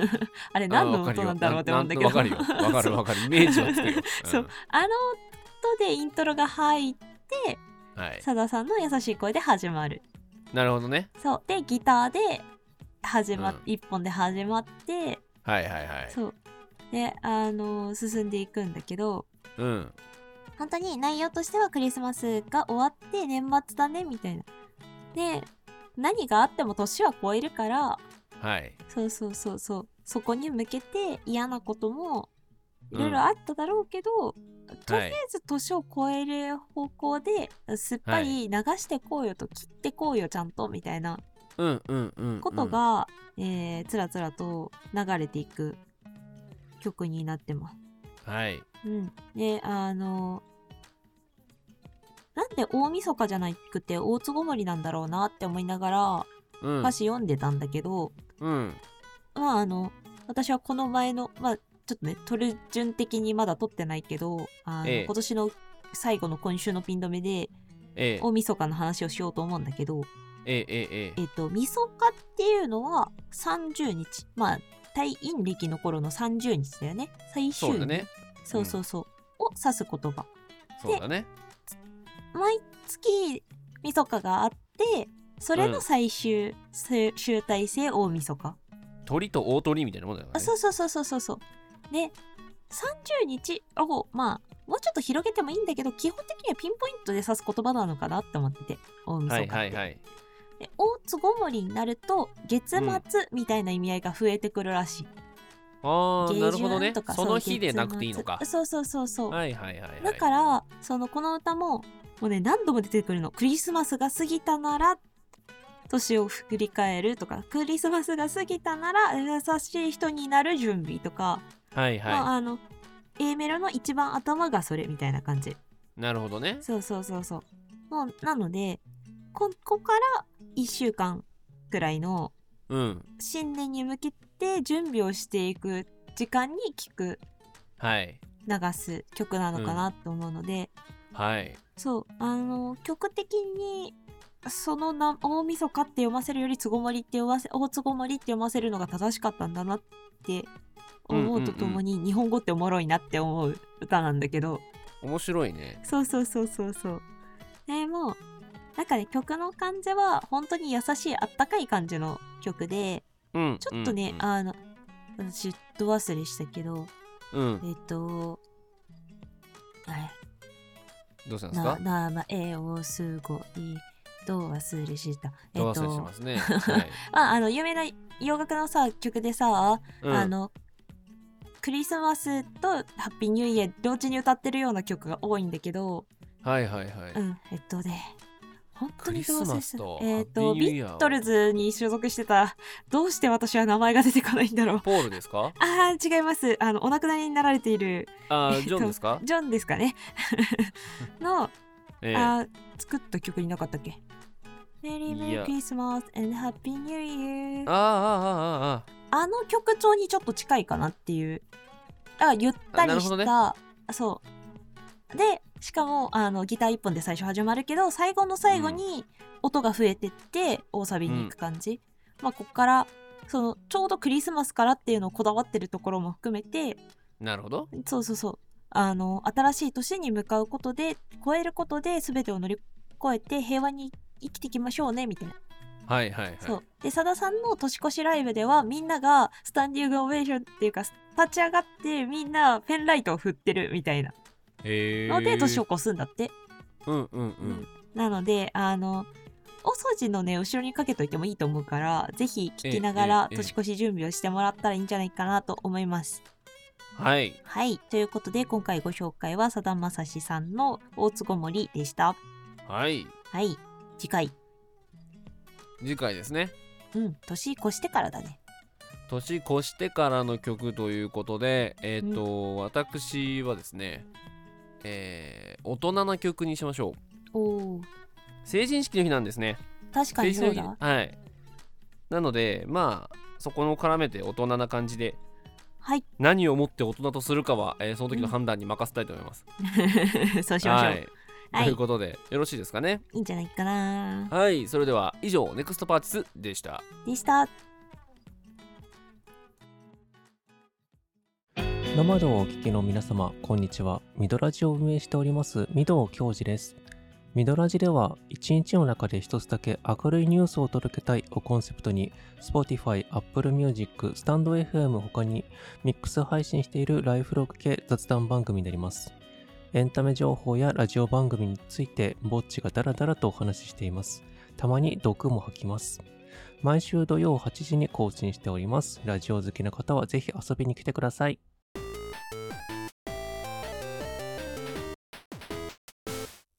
Speaker 2: [LAUGHS] あれ何の音なんだろうって思うんだけど
Speaker 1: わかるよな
Speaker 2: [LAUGHS]
Speaker 1: なんとわかるよわかるわかるイメージはつくようん
Speaker 2: そうあの音でイントロが入って
Speaker 1: はい
Speaker 2: さださんの優しい声で始まる
Speaker 1: なるほどね
Speaker 2: そうでギターで始まっ、
Speaker 1: うん
Speaker 2: 一本で始まって
Speaker 1: はいはいはい
Speaker 2: そうであの進んでいくんだけど
Speaker 1: うん
Speaker 2: 本当に内容としてはクリスマスが終わって年末だねみたいなで何があっても年は超えるから
Speaker 1: はい
Speaker 2: そうそうそうそうそこに向けて嫌なことも
Speaker 1: うん
Speaker 2: いろいろあっただろうけど、とりあ
Speaker 1: は
Speaker 2: え
Speaker 1: い
Speaker 2: ず年を超える方向ですっぱり流してこうよと切ってこうよちゃんとみたいな
Speaker 1: うんうんうんうん
Speaker 2: ことが、えーつらつらと流れていく曲になってます。
Speaker 1: はい
Speaker 2: うん、であのなんで大晦日じゃなくて大つごもりなんだろうなって思いながら
Speaker 1: うん
Speaker 2: 歌詞読んでたんだけど、
Speaker 1: うん
Speaker 2: まああの私はこの前のまあちょっとね取る順的にまだ取ってないけどあの、
Speaker 1: ええ
Speaker 2: 今年の最後の今週のピン止めで、
Speaker 1: ええ
Speaker 2: 大晦日の話をしようと思うんだけど、
Speaker 1: ええええ
Speaker 2: えっと、みそかっていうのは30日。まあ、退院歴の頃の30日だよね。最終日。
Speaker 1: そうだね
Speaker 2: そうそうそう。を指す言葉。
Speaker 1: そうだね
Speaker 2: 毎月、みそかがあって、それ
Speaker 1: う
Speaker 2: の
Speaker 1: ん
Speaker 2: 最終、せ集大成大みそか。
Speaker 1: 鳥と大鳥みたいなもんだよ
Speaker 2: あ、
Speaker 1: ね
Speaker 2: そうそうそうそうそうそう。で、30日を、まあ、もうちょっと広げてもいいんだけど、基本的にはピンポイントで指す言葉なのかなって思ってて、大みそか
Speaker 1: は
Speaker 2: っ
Speaker 1: い
Speaker 2: て。
Speaker 1: はいはい
Speaker 2: で大つごもりになると月末みたいな意味合いが増えてくるらしい、
Speaker 1: ああな
Speaker 2: 下
Speaker 1: るほどね
Speaker 2: 旬とか
Speaker 1: その日で
Speaker 2: そう
Speaker 1: なくていいのか
Speaker 2: 月末そうそうそうそう、
Speaker 1: はいはいはいはい
Speaker 2: だからそのこの歌ももうね何度も出てくるのクリスマスが過ぎたなら年を振り返るとかクリスマスが過ぎたなら優しい人になる準備とか、
Speaker 1: はいはい、
Speaker 2: まあ、あの A メロの一番頭がそれみたいな感じ
Speaker 1: なるほどね
Speaker 2: そうそうそうそうもうなのでここから1週間くらいの
Speaker 1: うん
Speaker 2: 新年に向けて準備をしていく時間に聴く
Speaker 1: はい
Speaker 2: 流す曲なのかなと思うので、
Speaker 1: はい
Speaker 2: そうあの曲的にそのな大晦日って読ませるよりつごもりって読ませ大つごもりって読ませるのが正しかったんだなって思うとともに、日本語っておもろいなって思う歌なんだけど
Speaker 1: 面白いね
Speaker 2: そうそうそうそうそうでもなんかね曲の感じは本当に優しいあったかい感じの曲で
Speaker 1: うん
Speaker 2: ちょっとね、
Speaker 1: うんうん
Speaker 2: あの私ど忘れしたけど、
Speaker 1: うん
Speaker 2: えっとあれ
Speaker 1: どうしたんです
Speaker 2: な
Speaker 1: か
Speaker 2: 名前をすごいど忘れしたえっ
Speaker 1: ど
Speaker 2: と
Speaker 1: 忘れしてます
Speaker 2: [LAUGHS]
Speaker 1: ねはい
Speaker 2: まああの有名な洋楽のさ曲でさ、
Speaker 1: うん
Speaker 2: あのクリスマスとハッピーニューイヤー同時に歌ってるような曲が多いんだけど、
Speaker 1: はいはいはい、
Speaker 2: うんえっとね本当に
Speaker 1: クリ
Speaker 2: ど
Speaker 1: ス
Speaker 2: うせ
Speaker 1: マ
Speaker 2: し
Speaker 1: ス
Speaker 2: た
Speaker 1: と
Speaker 2: えっ
Speaker 1: ハッ
Speaker 2: と
Speaker 1: ピーニューイ
Speaker 2: ビ
Speaker 1: ヤーは
Speaker 2: ートルズに所属してたどうして私は名前が出てこないんだろう
Speaker 1: ポールですか
Speaker 2: あー違いますあのお亡くなりになられている
Speaker 1: あー
Speaker 2: えっと
Speaker 1: ジョンですか
Speaker 2: ジョンですかね [LAUGHS] の、
Speaker 1: ええ
Speaker 2: あー作った曲になかったっけメリーメ
Speaker 1: い
Speaker 2: リー
Speaker 1: や
Speaker 2: クリスマス and Happy New Year
Speaker 1: ああああああ
Speaker 2: あの曲調にちょっと近いかなっていうあゆった
Speaker 1: あなるほ
Speaker 2: りし
Speaker 1: ど
Speaker 2: た、
Speaker 1: ね
Speaker 2: そうでしかもあのギター1本で最初始まるけど最後の最後に音が増えてって大サビに行く感じ、まあこっからそのちょうどクリスマスからっていうのをこだわってるところも含めて
Speaker 1: なるほど。
Speaker 2: そうそうそうあの新しい年に向かうことで超えることで全てを乗り越えて平和に生きていきましょうねみたいな
Speaker 1: はいはいはい。
Speaker 2: そうでさださんの年越しライブではみんながスタンディングオベーションっていうか立ち上がってみんなペンライトを振ってるみたいな
Speaker 1: へー
Speaker 2: ので年を越すんだって
Speaker 1: うんうんうん。
Speaker 2: なのであのお掃除のね後ろにかけといてもいいと思うからぜひ聞きながら
Speaker 1: ええええ
Speaker 2: 年越し準備をしてもらったらいいんじゃないかなと思います
Speaker 1: はい。
Speaker 2: はいということで今回ご紹介はさだまさしさんの大坪森でした
Speaker 1: はい。
Speaker 2: はい次回
Speaker 1: 次回ですね。
Speaker 2: うん年越してからだね
Speaker 1: 年越してからの曲ということで、えっ、と、私はですね、えー、大人な曲にしましょう。
Speaker 2: おお
Speaker 1: 成人式の日なんですね。
Speaker 2: 確かにそうだ
Speaker 1: 成人式はい。なので、まあ、そこの絡めて大人な感じで、
Speaker 2: はい
Speaker 1: 何をもって大人とするかは、えーその時の判断に任せたいと思います。 [LAUGHS]
Speaker 2: そうしましょう、、
Speaker 1: はいい。
Speaker 2: はい
Speaker 1: ということで、よろしいですかね。
Speaker 2: いんじゃないかな
Speaker 1: はい、それでは以上、ネクストパーティスでした。
Speaker 2: でした
Speaker 12: 生ドをお聞きの皆様、こんにちは。ミドラジを運営しております、ミドウ教授です。ミドラジでは、一日の中で一つだけ明るいニュースを届けたいをコンセプトに、Spotify、Apple Music、StandFM 他に、ミックス配信しているライフログ系雑談番組になります。エンタメ情報やラジオ番組について、ぼっちがダラダラとお話ししています。たまに毒も吐きます。毎週土曜8時に更新しております。ラジオ好きな方はぜひ遊びに来てください。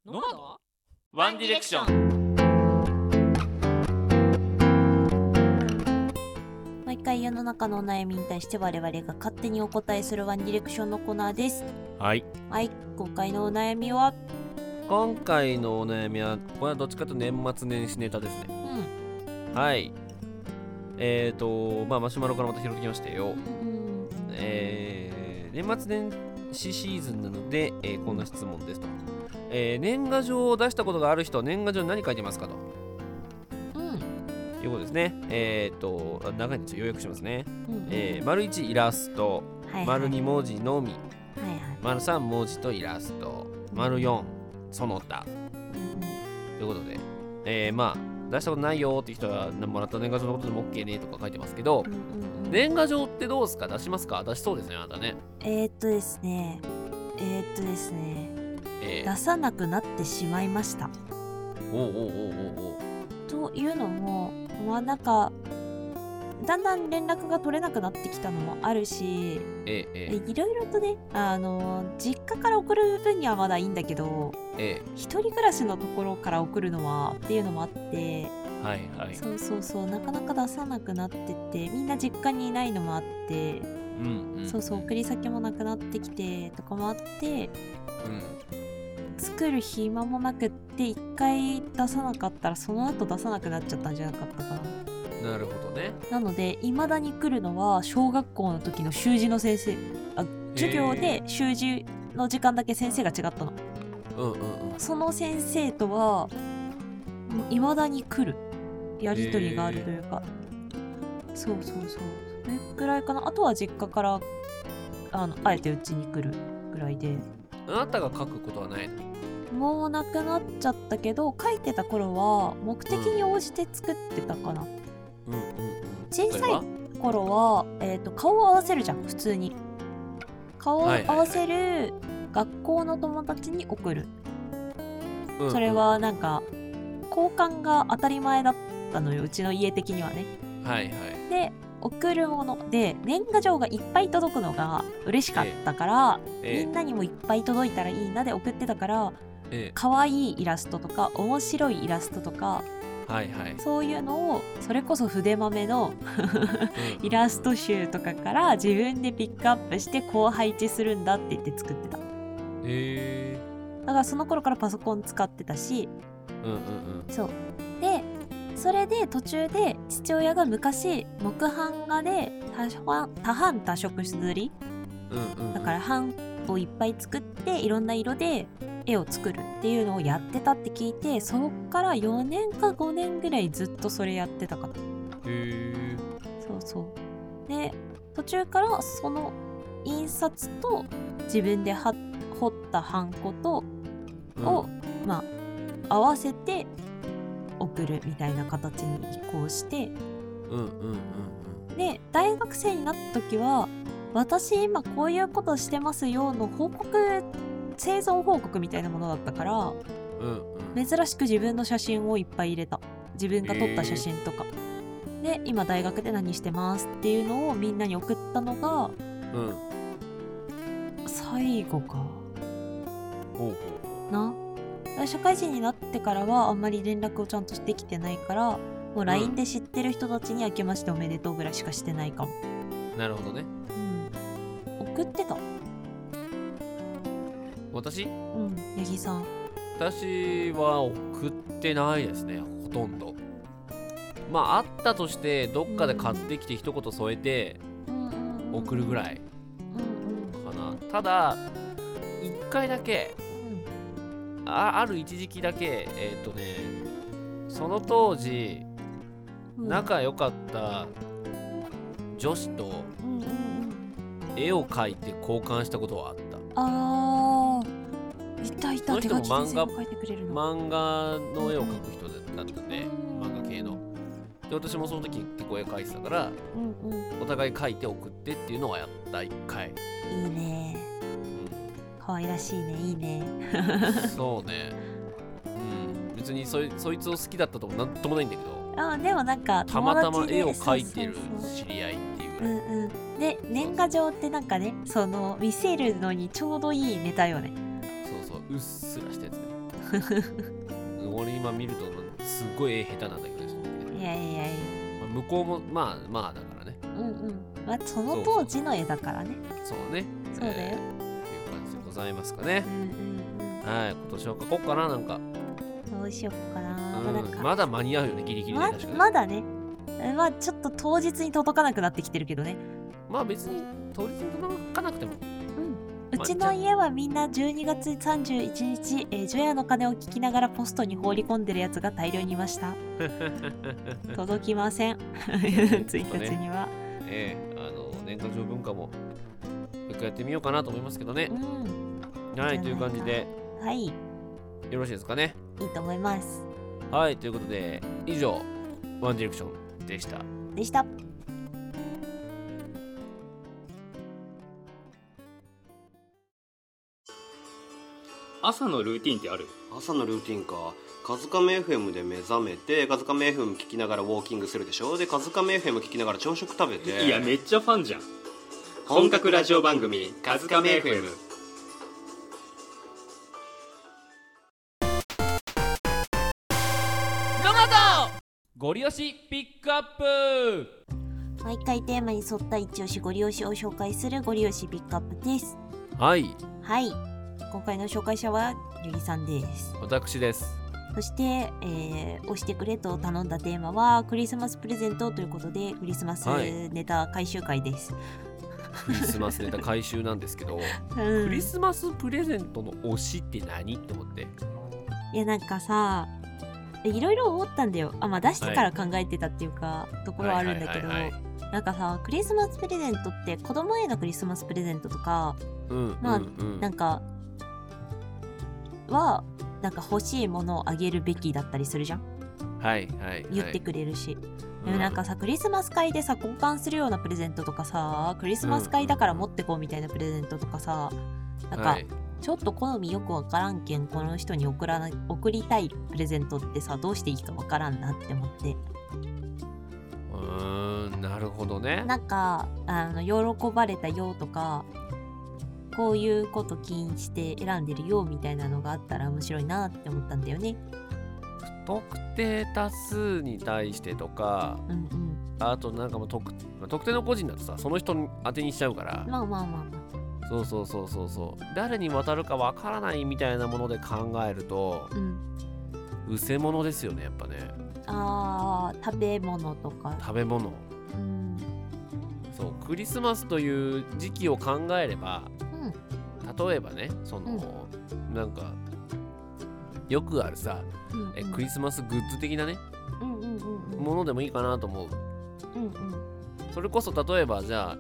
Speaker 1: ノマドワンディレクション
Speaker 2: 毎回世の中のお悩みに対して我々が勝手にお答えするワンディレクションのコーナーです
Speaker 1: はい。
Speaker 2: はい今回のお悩みは
Speaker 1: 今回のお悩みは、これはどっちかというと年末年始ネタです
Speaker 2: う
Speaker 1: ね。
Speaker 2: ん
Speaker 1: はい。えーと、まあ、マシュマロからまた拾ってきましたよ。
Speaker 2: うん
Speaker 1: えー、年末年始シーズンなので、えーこんな質問ですと。えー年賀状を出したことがある人、年賀状に何書いてますかと。いうことですね。えっ、と、あ長いんですよ。要約しますね。
Speaker 2: うん
Speaker 1: えー丸1イラスト、
Speaker 2: はいはい
Speaker 1: 丸2文字のみ、
Speaker 2: はいはい
Speaker 1: 丸3文字とイラスト、丸4、その他。ということで、えーまあ、出したことないよーって人はもらった年賀状のことでも OK ねとか書いてますけど、年賀状ってどうですか出しますか出しそうですね、あなたね。
Speaker 2: えー、っとですねえー、っとですね
Speaker 1: えー
Speaker 2: 出さなくなってしまいました
Speaker 1: おうおうおうおうおう
Speaker 2: というのもまあなんかだんだん連絡が取れなくなってきたのもあるし
Speaker 1: えー、えー、
Speaker 2: いろいろとねあの実家から送る分にはまだいいんだけど
Speaker 1: え
Speaker 2: 一人暮らしのところから送るのはっていうのもあって
Speaker 1: ー、はいはい。
Speaker 2: そうそうそうなかなか出さなくなっててみんな実家にいないのもあって、
Speaker 1: うん、うん。
Speaker 2: そうそう送り先もなくなってきてとかもあって作る暇もなくって一回出さなかったらその後出さなくなっちゃったんじゃなかったかな
Speaker 1: うん。なるほどね。
Speaker 2: なのでいまだに来るのは小学校の時の習字の先生あ授業で習字の時間だけ先生が違ったの、
Speaker 1: うんうんうん。
Speaker 2: その先生とはいまだに来るやり取りがあるというか、そうそうそうそれくらいかなあとは実家からあのあえてうちに来るぐらいで
Speaker 1: あなたが書くことはないの
Speaker 2: もうなくなっちゃったけど書いてた頃は目的に応じて作ってたかな、
Speaker 1: うんうんうん。
Speaker 2: 小
Speaker 1: 例
Speaker 2: さ
Speaker 1: えば
Speaker 2: い頃は、えー、と顔を合わせるじゃん普通に顔を
Speaker 1: はいはいは
Speaker 2: 合
Speaker 1: い
Speaker 2: わせる学校の友達に送る、
Speaker 1: うんうん
Speaker 2: それはなんか交換が当たり前だったのようちの家的にはね
Speaker 1: はいはい。
Speaker 2: で贈るもので年賀状がいっぱい届くのが嬉しかったから、
Speaker 1: ええええ
Speaker 2: みんなにもいっぱい届いたらいいなで送ってたから
Speaker 1: え
Speaker 2: 可愛いイラストとか面白いイラストとか
Speaker 1: ー、はい
Speaker 2: [LAUGHS]
Speaker 1: はい。
Speaker 2: そういうのをそれこそ筆豆の
Speaker 1: うん
Speaker 2: イラスト集とかから自分でピックアップしてこう配置するんだって言って作ってただ
Speaker 1: え
Speaker 2: からその頃からパソコン使ってたし
Speaker 1: ー、うんうんうん。
Speaker 2: そうでそれで途中で父親が昔木版画で多版多版多色刷り
Speaker 1: うんうん
Speaker 2: だから版をいっぱい作っていろんな色で絵を作るっていうのをやってたって聞いてそこから4年か5年ぐらいずっとそれやってたかな
Speaker 1: へ
Speaker 2: そうそうで途中からその印刷と自分では彫ったハンコとを、まあ合わせて送るみたいな形に移行して
Speaker 1: うんうん
Speaker 2: で大学生になった時は私今こういうことしてますよの報告生存報告みたいなものだったから
Speaker 1: うんうん
Speaker 2: 珍しく自分の写真をいっぱい入れた自分が撮った写真とか、で今大学で何してますっていうのをみんなに送ったのが
Speaker 1: うん
Speaker 2: 最後か
Speaker 1: ほう
Speaker 2: な社会人になってからはあんまり連絡をちゃんとできてないからもう LINE で知ってる人たちに「明けましておめでとう」ぐらいしかしてないかも、
Speaker 1: なるほどね
Speaker 2: 送ってた
Speaker 1: 私
Speaker 2: うん八木さん
Speaker 1: 私は送ってないですねほとんどまああったとしてどっかで買ってきて一言添えて送るぐらいかなただ一回だけあある一時期だけえっ、とねその当時仲良かった女子と絵を描いて交換したことはあった
Speaker 2: あーいたい
Speaker 1: そ
Speaker 2: た
Speaker 1: の
Speaker 2: 手
Speaker 1: 人
Speaker 2: 書
Speaker 1: も
Speaker 2: きで全
Speaker 1: 漫
Speaker 2: 部
Speaker 1: 画
Speaker 2: 書いてくれるの
Speaker 1: 漫画の絵を描く人だったんで漫画系ので私もその時結構絵描いてたから
Speaker 2: うんうん
Speaker 1: お互い描いて送ってっていうのはやった一回
Speaker 2: いいね可愛らしいねいいね
Speaker 1: そうねうん別にそいそいつを好きだったともなんともないんだけど
Speaker 2: あーでもなんか
Speaker 1: たまたま
Speaker 2: 友達で
Speaker 1: 絵を描いてる
Speaker 2: そうそうそう
Speaker 1: 知り合いっていう
Speaker 2: うんうんで年賀状ってなんかねその見せるのにちょうどいいネタよね
Speaker 1: そうそううっすらしたやつね [LAUGHS] 俺今見るとなんかすごい絵下手なんだけどねその時ね
Speaker 2: いやいやいや
Speaker 1: まあ向こうもまあまあだからね
Speaker 2: うんうんまあその当時の絵だからね
Speaker 1: そうね
Speaker 2: そうだよ
Speaker 1: えーっていう感じでございますかねはい今年は書こうかななんか
Speaker 2: どうしよっかなまあなん
Speaker 1: うん
Speaker 2: か
Speaker 1: まだ間に合うよねギリギリね
Speaker 2: ま
Speaker 1: 確かに
Speaker 2: まだねえまあちょっと当日に届かなくなってきてるけどね
Speaker 1: まあ別に当日に届かなくても
Speaker 2: うちの家はみんな12月31日、えー、除夜の鐘を聞きながらポストに放り込んでるやつが大量にいま [LAUGHS] した。届きません。1 [LAUGHS]
Speaker 1: ちょっとね
Speaker 2: 日には。
Speaker 1: ええあの年賀状文化も一回やってみようかなと思いますけどね、はいという感じで
Speaker 2: はい、い
Speaker 1: よろしいですかね
Speaker 2: いと思います。
Speaker 1: はいということで以上ワンディレクションでした
Speaker 2: でした。
Speaker 13: 朝のルーティンってある朝のルーティンかカズカメ FM で目覚めてカズカメ FM 聞きながらウォーキングするでしょでカズカメ FM 聞きながら朝食食べて
Speaker 11: いやめっちゃファンじゃん
Speaker 13: 本格ラジオ番組「カズカメ FM」
Speaker 1: ノマドゴリ押しピックアップ
Speaker 2: 毎回テーマに沿った一押しご利用しを紹介するご利用しピックアップです。
Speaker 1: はい
Speaker 2: はい。今回の紹介者はゆりさんです。
Speaker 1: 私です
Speaker 2: そして、えー押してくれと頼んだテーマはクリスマスプレゼントということでクリスマス
Speaker 1: はい
Speaker 2: ネタ回収会です。
Speaker 1: クリスマスネタ回収なんですけど、
Speaker 2: うん
Speaker 1: クリスマスプレゼントの推しって何って思って
Speaker 2: いやなんかさいろいろ思ったんだよあまあ出してから考えてたっていうか、ところはあるんだけど、
Speaker 1: はいはいはい
Speaker 2: なんかさクリスマスプレゼントって子供へのクリスマスプレゼントとか
Speaker 1: うん
Speaker 2: まあ、
Speaker 1: うんうん
Speaker 2: なんかはなんか欲しいものをあげるべきだったりするじゃん
Speaker 1: はいはい
Speaker 2: 言ってくれるし、
Speaker 1: ん
Speaker 2: でもなんかさクリスマス会でさ交換するようなプレゼントとかさクリスマス会だから持ってこうみたいなプレゼントとかさ、なんか、
Speaker 1: はい
Speaker 2: ちょっと好みよくわからんけんこの人に送らな送りたいプレゼントってさどうしていいかわからんなって思って
Speaker 1: うーんなるほどね
Speaker 2: なんかあの喜ばれたよとかこういうこと気にして選んでるよみたいなのがあったら面白いなって思ったんだよね。
Speaker 1: 特定多数に対してとか、あとなんかもう特まあ特定の個人だとさその人に当てにしちゃうから、
Speaker 2: まあまあまあま
Speaker 1: そうそうそうそうそう誰に渡るかわからないみたいなもので考えると、
Speaker 2: う
Speaker 1: うせものですよねやっぱね
Speaker 2: ああー食べ物とか
Speaker 1: 食べ物、そうクリスマスという時期を考えれば
Speaker 2: うん
Speaker 1: 例えばねその、なんかよくあるさ
Speaker 2: うん
Speaker 1: えクリスマスグッズ的なね
Speaker 2: うんうんうんうん
Speaker 1: ものでもいいかなと思う
Speaker 2: うんうん
Speaker 1: それこそ例えばじゃあ、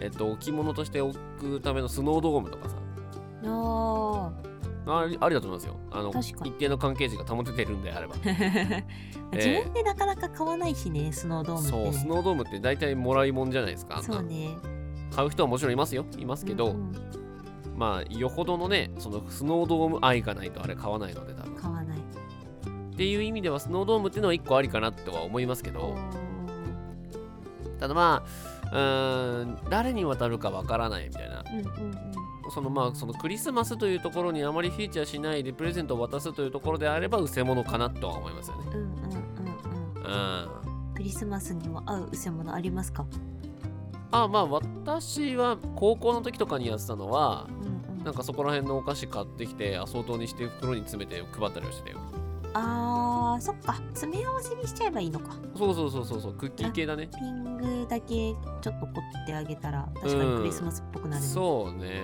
Speaker 1: えっと、置物として置くためのスノードームとかさ
Speaker 2: あ
Speaker 1: [LAUGHS] ありありだと思いますよあの
Speaker 2: 確かに
Speaker 1: 一定の関係値が保ててるんであれば
Speaker 2: ー自
Speaker 1: え
Speaker 2: 分でなかなか買わないしねスノードームって
Speaker 1: そう
Speaker 2: ね
Speaker 1: スノードームって大体もらいもんじゃないですかあんな
Speaker 2: そうね
Speaker 1: 買う人はもちろんいますよいますけど、まあよほどのねそのスノードーム愛がないとあれ買わないので多分
Speaker 2: 買わない
Speaker 1: っていう意味ではスノードームっていうのは一個ありかなとは思いますけどただまあうーん誰に渡るかわからないみたいな
Speaker 2: うんうん
Speaker 1: そのまあそのクリスマスというところにあまりフィーチャーしないでプレゼントを渡すというところであればうせものかなとは思いますよね
Speaker 2: うんうんうん
Speaker 1: うんあ
Speaker 2: うんクリスマスにも合ううせものありますか
Speaker 1: まあ私は高校の時とかにやってたのはなんかそこら辺のお菓子買ってきてアソートにして袋に詰めて配ったりはしてたよ
Speaker 2: あーそっか詰め合わせにしちゃえばいいのか
Speaker 1: そうそうそうそうそうクッキー系だね
Speaker 2: ピングだけちょっと凝ってあげたら確かにクリスマスっぽくなるね、
Speaker 1: そうね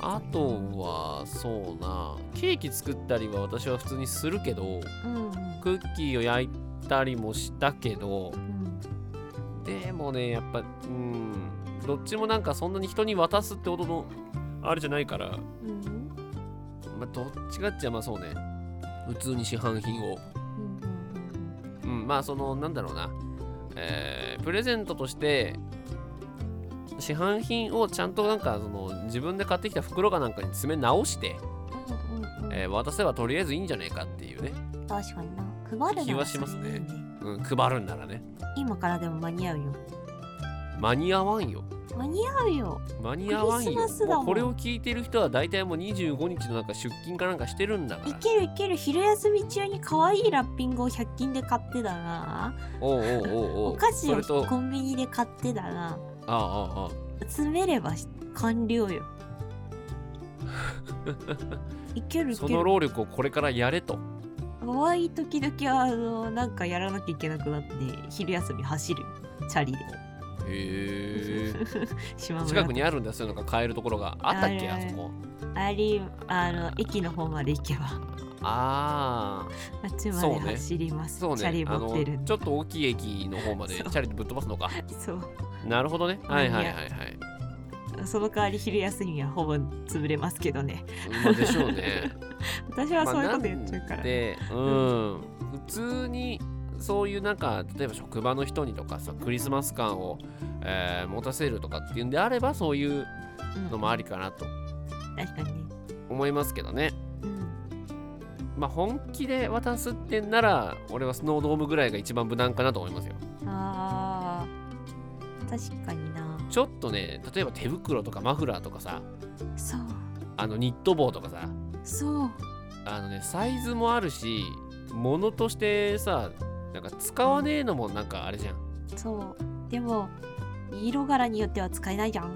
Speaker 1: あとはそうなケーキ作ったりは私は普通にするけど
Speaker 2: うん
Speaker 1: クッキーを焼いたりもしたけど、でもねやっぱうんどっちもなんかそんなに人に渡すってほどのあれじゃないから、まあ、どっちかっちゃまあそうね普通に市販品をうん、まあそのなんだろうな、えープレゼントとして市販品をちゃんとなんかその自分で買ってきた袋かなんかに詰め直して、えー渡せばとりあえずいいんじゃないかっていうね
Speaker 2: 確かにな配る
Speaker 1: 気
Speaker 2: な
Speaker 1: は
Speaker 2: ら
Speaker 1: し
Speaker 2: そ
Speaker 1: ま
Speaker 2: れ
Speaker 1: すね、うん、配るんならね
Speaker 2: 今からでも間に合うよ
Speaker 1: 間に合わんよ
Speaker 2: 間に合うよ
Speaker 1: 間に合わん
Speaker 2: クリス
Speaker 1: よ
Speaker 2: マスだもん
Speaker 1: もうこれを聞いてる人は大体もう25日のなんか出勤かなんかしてるんだか
Speaker 2: い
Speaker 1: ら
Speaker 2: けるいける昼休み中に可愛いラッピングを100均で買ってだな
Speaker 1: おうおうおうおう
Speaker 2: お菓子
Speaker 1: それ
Speaker 2: を
Speaker 1: と
Speaker 2: コンビニで買ってだな
Speaker 1: ああああ
Speaker 2: 詰めれば完了
Speaker 1: [LAUGHS]
Speaker 2: よいけるい
Speaker 1: そ
Speaker 2: け
Speaker 1: の
Speaker 2: る
Speaker 1: 労力をこれからやれと
Speaker 2: 可愛い時々はあのなんかやらなきゃいけなくなって昼休み走るチャリで
Speaker 1: へ
Speaker 2: [LAUGHS]
Speaker 1: え
Speaker 2: 島村
Speaker 1: 近くにあるんだそういうのが買えるところがあったっけ
Speaker 2: あ
Speaker 1: あ
Speaker 2: るある
Speaker 1: そこ
Speaker 2: ありあの駅の方まで行けば
Speaker 1: あ
Speaker 2: あっち
Speaker 1: あ
Speaker 2: ま
Speaker 1: そう
Speaker 2: で
Speaker 1: ね
Speaker 2: 走ります、
Speaker 1: そう
Speaker 2: チャリ
Speaker 1: ねあ
Speaker 2: 持ってる
Speaker 1: のちょっと大きい駅の方までチャリでぶっ飛ばすのか
Speaker 2: そう
Speaker 1: なるほど
Speaker 2: [LAUGHS]
Speaker 1: ねはいはいはいはい
Speaker 2: その代わり昼休みはほぼ潰れますけどね
Speaker 1: まあでしょうね
Speaker 2: 私は [LAUGHS] そういうこと
Speaker 1: まあ
Speaker 2: 言っちゃうから、
Speaker 1: でうん普通にそういうなんか例えば職場の人にとかさクリスマス感を、えー持たせるとかっていうんであればそういうのもありかなと
Speaker 2: 確かにね
Speaker 1: 思いますけどね、まあ本気で渡すってんなら俺はスノードームぐらいが一番無難かなと思いますよ
Speaker 2: あー確かにな
Speaker 1: ちょっとね例えば手袋とかマフラーとかさ
Speaker 2: そう
Speaker 1: あのニット帽とかさ
Speaker 2: そう
Speaker 1: あのねサイズもあるし物としてさなんか使わねえのもなんかあれじゃん
Speaker 2: そうでも色柄によっては使えないじゃん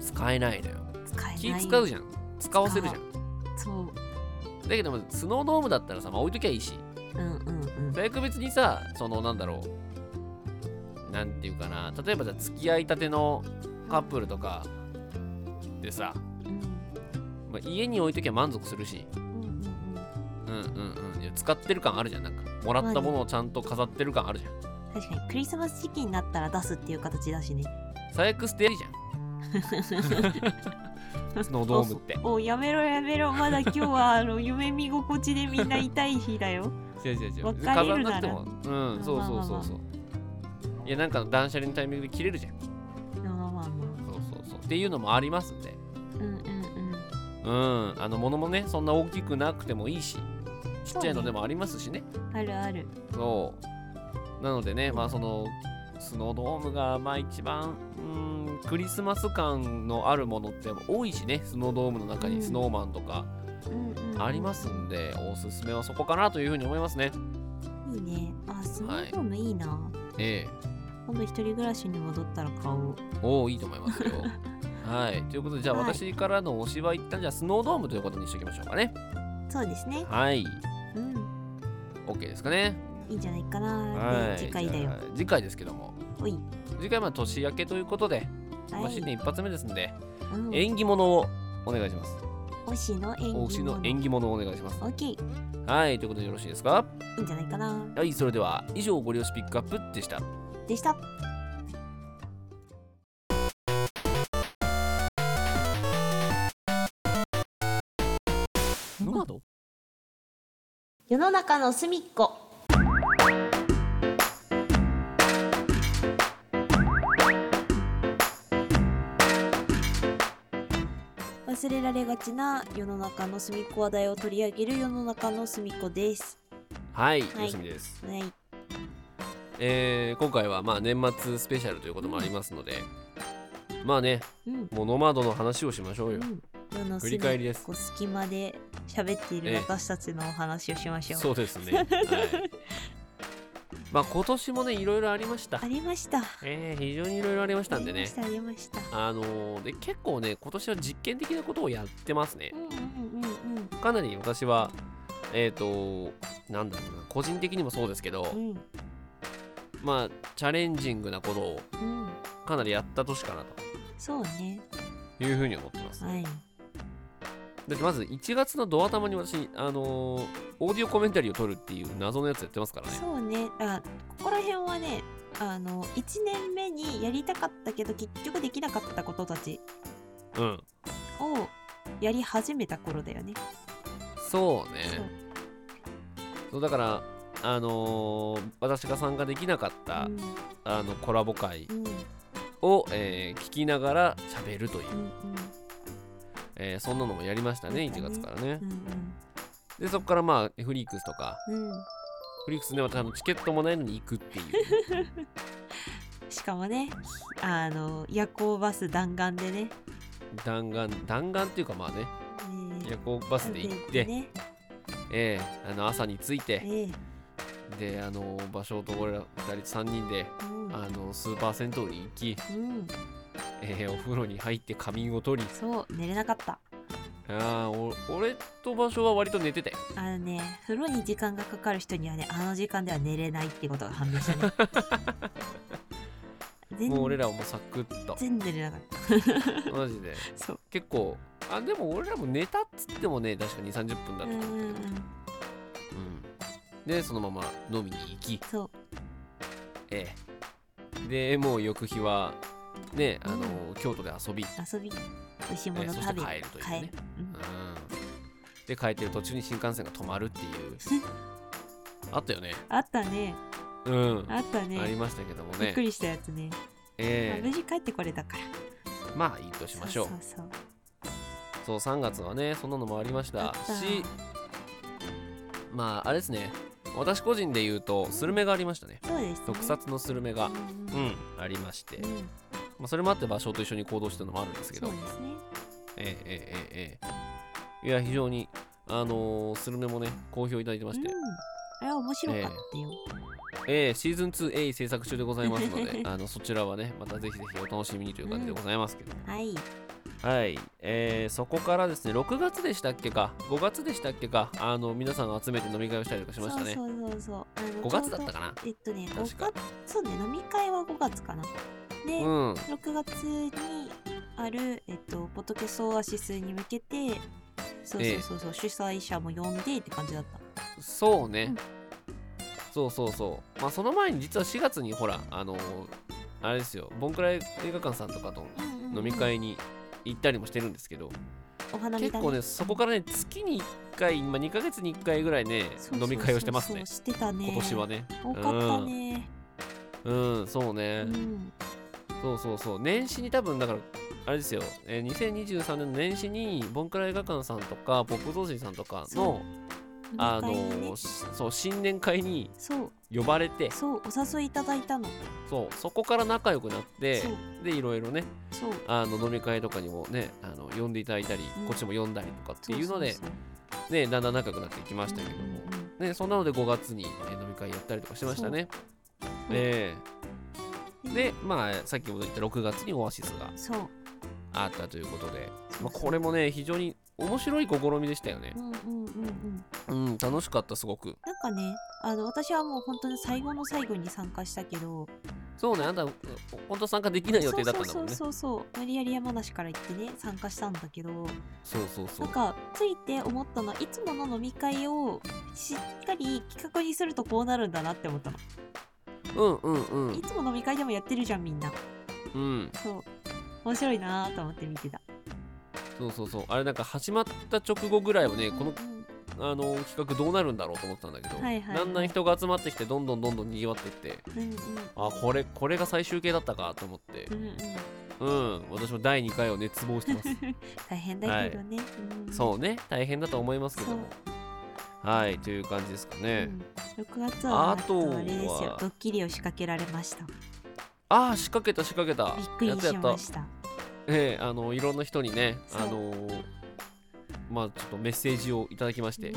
Speaker 1: 使えないのよ
Speaker 2: 使え
Speaker 1: 気
Speaker 2: ない
Speaker 1: 使うじゃん使わせるじゃん
Speaker 2: そう
Speaker 1: だけどもスノードームだったらさ、まあ、置いときゃいいし
Speaker 2: うんうんうん
Speaker 1: 大学別にさそのなんだろうなんていうかな例えばじゃあ付き合いたてのカップルとかでさ、まあ、家に置いときゃ満足するしうんうんうんいや使ってる感あるじゃんなんかもらったものをちゃんと飾ってる感あるじゃん
Speaker 2: 確かにクリスマス時期になったら出すっていう形だしね
Speaker 1: 最悪捨てりじゃん [LAUGHS] スノードームって
Speaker 2: おおやめろやめろまだ今日 [LAUGHS] はあの夢見心地でみんな痛い日だよ
Speaker 1: 違う違う違う
Speaker 2: 別れるなら
Speaker 1: 飾んなくてもうんそうそうそうそういやなんか断捨離のタイミングで切れるじゃん
Speaker 2: まあまあま
Speaker 1: そうそうそうっていうのもありますんで
Speaker 2: あうんうんうん
Speaker 1: うんあの物もねそんな大きくなくてもいいしちっちゃいのでもありますしね
Speaker 2: あるある
Speaker 1: そうなのでねまあそのスノードームがまあ一番うんクリスマス感のあるものって多いしねスノードームの中
Speaker 2: うん
Speaker 1: にスノーマンとかありますんで、おすすめはそこかなというふうに思いますね
Speaker 2: いいねあスノードームいいな、
Speaker 1: ええ
Speaker 2: 今度一人暮らしに戻ったら買おう
Speaker 1: おおいいと思います
Speaker 2: [LAUGHS]
Speaker 1: よはいということでじゃあ
Speaker 2: はい
Speaker 1: 私からのおしは一旦じゃあスノードームということにしておきましょうかね
Speaker 2: そうですね
Speaker 1: はい
Speaker 2: うん
Speaker 1: OK ですかね
Speaker 2: いいんじゃないかなで次回だよ
Speaker 1: じゃあ次回ですけども
Speaker 2: おい
Speaker 1: 次回は年明けということで、
Speaker 2: はい
Speaker 1: まあ新年一発目ですんで、
Speaker 2: うん
Speaker 1: 縁起物をお願いします。
Speaker 2: 推しの演技
Speaker 1: 推しの縁起物をお願いします。
Speaker 2: オッケーい
Speaker 1: はい、ということでよろしいですか
Speaker 2: いんじゃないかな
Speaker 1: はい、それでは以上ゴリ押しピックアップでした。
Speaker 2: でした
Speaker 10: ノマド
Speaker 2: 世の中の隅っこ忘れられがちな世の中の隅っこ話題を取り上げる世の中の隅っこです
Speaker 1: はい、
Speaker 2: はい
Speaker 1: よしみです。
Speaker 2: はい
Speaker 1: えー今回はまあ年末スペシャルということもありますので、まあね、
Speaker 2: うん
Speaker 1: もうノマドの話をしましょうよ。
Speaker 2: 世の
Speaker 1: 振り返り
Speaker 2: 隅
Speaker 1: で
Speaker 2: っ
Speaker 1: す
Speaker 2: こ隙間で喋ってい
Speaker 1: え
Speaker 2: る
Speaker 1: え
Speaker 2: 私たちのお話をしましょう、
Speaker 1: そうですね。はい、まあ今年もね、いろいろありました
Speaker 2: あ。りました
Speaker 1: えー非常にいろいろありましたんで
Speaker 2: ありま
Speaker 1: ね
Speaker 2: し。たありました
Speaker 1: あのーで結構ね、今年は実験的なことをやってますね。
Speaker 2: うんうんうん
Speaker 1: かなり私は、えっ、と、なんだろうな、個人的にもそうですけど、
Speaker 2: うん
Speaker 1: まあ、チャレンジングなことを
Speaker 2: うん
Speaker 1: かなりやった年かな
Speaker 2: そうね
Speaker 1: というふうに思ってます。
Speaker 2: はい
Speaker 1: だってまず1月のドア玉に私、あのーオーディオコメンタリーを撮るっていう謎のやつやってますからね。
Speaker 2: そうねあここら辺はねあの1年目にやりたかったけど結局できなかったことたち
Speaker 1: うん。
Speaker 2: をやり始めた頃だよね
Speaker 1: そうね。そうだから、あのー私が参加できなかった、あのコラボ会を、えー聞きながら喋るという、えーそんなのもやりましたね、1月からね。で、そこからまあ、フリークスとか、
Speaker 2: うん
Speaker 1: フリークスね、私あのチケットもないのに行くっていう。 [LAUGHS]
Speaker 2: しかもねあの夜行バス弾丸でね
Speaker 1: 弾丸弾丸っていうかまあね、夜行バスで行って、
Speaker 2: ね
Speaker 1: ええあの朝に着いて、
Speaker 2: え
Speaker 1: であの場所と俺ら2人3人で、
Speaker 2: うん
Speaker 1: あのスーパー銭湯に行き、
Speaker 2: うん
Speaker 1: ええお風呂に入って仮眠を取り
Speaker 2: そう寝れなかった
Speaker 1: あーお俺と場所は割と寝てたよ
Speaker 2: あのね風呂に時間がかかる人にはねあの時間では寝れないってことが判明
Speaker 1: [LAUGHS]
Speaker 2: したね全
Speaker 1: もう俺らはもうサクッと
Speaker 2: 全然寝れなかった
Speaker 1: マジで
Speaker 2: そう
Speaker 1: 結構あでも俺らも寝たっつってもね確か2 3 0分だ
Speaker 2: う
Speaker 1: っ
Speaker 2: ん
Speaker 1: た、
Speaker 2: うんうん
Speaker 1: でそのまま飲みに行き
Speaker 2: そう
Speaker 1: ええでもう翌日はねあの、京都で遊び
Speaker 2: 遊び美味しいも
Speaker 1: えー
Speaker 2: の
Speaker 1: そして
Speaker 2: 食べ、
Speaker 1: 帰るというね
Speaker 2: 帰るうん
Speaker 1: で帰ってる途中に新幹線が止まるっていうあったよね
Speaker 2: あったね
Speaker 1: うん
Speaker 2: あったね
Speaker 1: ありましたけどもね
Speaker 2: びっくりしたやつね、
Speaker 1: え
Speaker 2: まあ無事帰ってこれたから
Speaker 1: えまあいいとしましょう
Speaker 2: そうそう
Speaker 1: そう3月はねそんなのもありました
Speaker 2: そう
Speaker 1: しまああれですね私個人で言うとスルメがありましたね
Speaker 2: そうですね
Speaker 1: 特撮のスルメがうんありまして、まあ、それもあって場所と一緒に行動したのもあるんですけど
Speaker 2: そうですね
Speaker 1: ええええええいや非常にあのースルメもね好評いただいてまして、
Speaker 2: あれは面白かったよ、
Speaker 1: ええシーズン 2A 制作中でございますので [LAUGHS]
Speaker 2: うん
Speaker 1: あのそちらはねまたぜひぜひお楽しみにという感じでございますけど、
Speaker 2: はい
Speaker 1: はい、えーそこからですね6月でしたっけか5月でしたっけかあの皆さんが集めて飲み会をしたりとかしましたね
Speaker 2: そうそうそうそうあの
Speaker 1: 5月だったかな
Speaker 2: ちょうどえっとね5
Speaker 1: 確
Speaker 2: 月そうね飲み会は5月かなで、
Speaker 1: うん
Speaker 2: 6月にあるえっとポッドキャストオアシスに向けてそうそうそうそう、主催者も呼んでって感じだった
Speaker 1: そうね、そうそうそうまあその前に実は4月にほらあのーあれですよボンクラ映画館さんとかと飲み会に行ったりもしてるんですけど、
Speaker 2: お花見だ
Speaker 1: 結構ねそこからね月に1回、まあ、2ヶ月に1回ぐらいね
Speaker 2: そう
Speaker 1: 飲み会をしてますね
Speaker 2: そうそうしてたね
Speaker 1: 今年はね
Speaker 2: 多かったね
Speaker 1: うん、うんそうね、
Speaker 2: うん
Speaker 1: そうそうそう年始に多分だからあれですよ、えー2023年の年始にボンクラ映画館さんとかポップ増進さんとか
Speaker 2: そう
Speaker 1: のあ
Speaker 2: 飲み会にね
Speaker 1: のしそう新年会に
Speaker 2: そう
Speaker 1: 呼ばれて
Speaker 2: そうお誘いいただいたの
Speaker 1: そうそこから仲良くなって
Speaker 2: そう
Speaker 1: でいろいろね
Speaker 2: そう
Speaker 1: あの飲み会とかにもねあの呼んでいただいたり、
Speaker 2: うん
Speaker 1: こっちも呼んだりとかっていうので
Speaker 2: そうそう
Speaker 1: ねだんだん仲良くなっていきましたけども、ねそんなので5月に、えー飲み会やったりとかしてましたねええでまあさっきも言った6月にオアシスが
Speaker 2: そうそう
Speaker 1: あったということで、まあ、これもね非常に面白い試みでしたよね
Speaker 2: う、んうんうんうん
Speaker 1: うん、楽しかったすごく
Speaker 2: なんかねあの私はもう本当に最後の最後に参加したけど
Speaker 1: そうね、あんた、本当参加できない [LAUGHS] 予定だったんだ
Speaker 2: そ
Speaker 1: もん
Speaker 2: う
Speaker 1: ね。
Speaker 2: そうそうそう無理やり山梨から行ってね参加したんだけど
Speaker 1: そうそうそ
Speaker 2: な。
Speaker 1: うん
Speaker 2: かついて思ったのはいつもの飲み会をしっかり企画にするとこうなるんだなって思ったの
Speaker 1: うんうんう
Speaker 2: い
Speaker 1: ん。
Speaker 2: つも飲み会でもやってるじゃんみんな
Speaker 1: うん。
Speaker 2: そう面白いなと思って見てた
Speaker 1: そうそうそう。あれなんか始まった直後ぐらいはね、この、あの企画どうなるんだろうと思ってたんだけど、
Speaker 2: はいはいはい
Speaker 1: だんだん人が集まってきて、どんどんどんどん賑わってって、
Speaker 2: うんうん
Speaker 1: あ、これ、これが最終形だったかと思って
Speaker 2: う、んうん
Speaker 1: うん、私も第2回を熱望してます。
Speaker 2: 大変だけどね、うん
Speaker 1: そうね、大変だと思いますけども。はい、という感じですかね。
Speaker 2: 6月は
Speaker 1: あとは
Speaker 2: あれですよドッキリを仕掛けられました
Speaker 1: ああ、仕掛けた仕掛けた。
Speaker 2: びっくり
Speaker 1: やったや
Speaker 2: し
Speaker 1: った
Speaker 2: ま。した
Speaker 1: ええあのいろんな人にね
Speaker 2: そう
Speaker 1: あのーまあちょっとメッセージをいただきまして、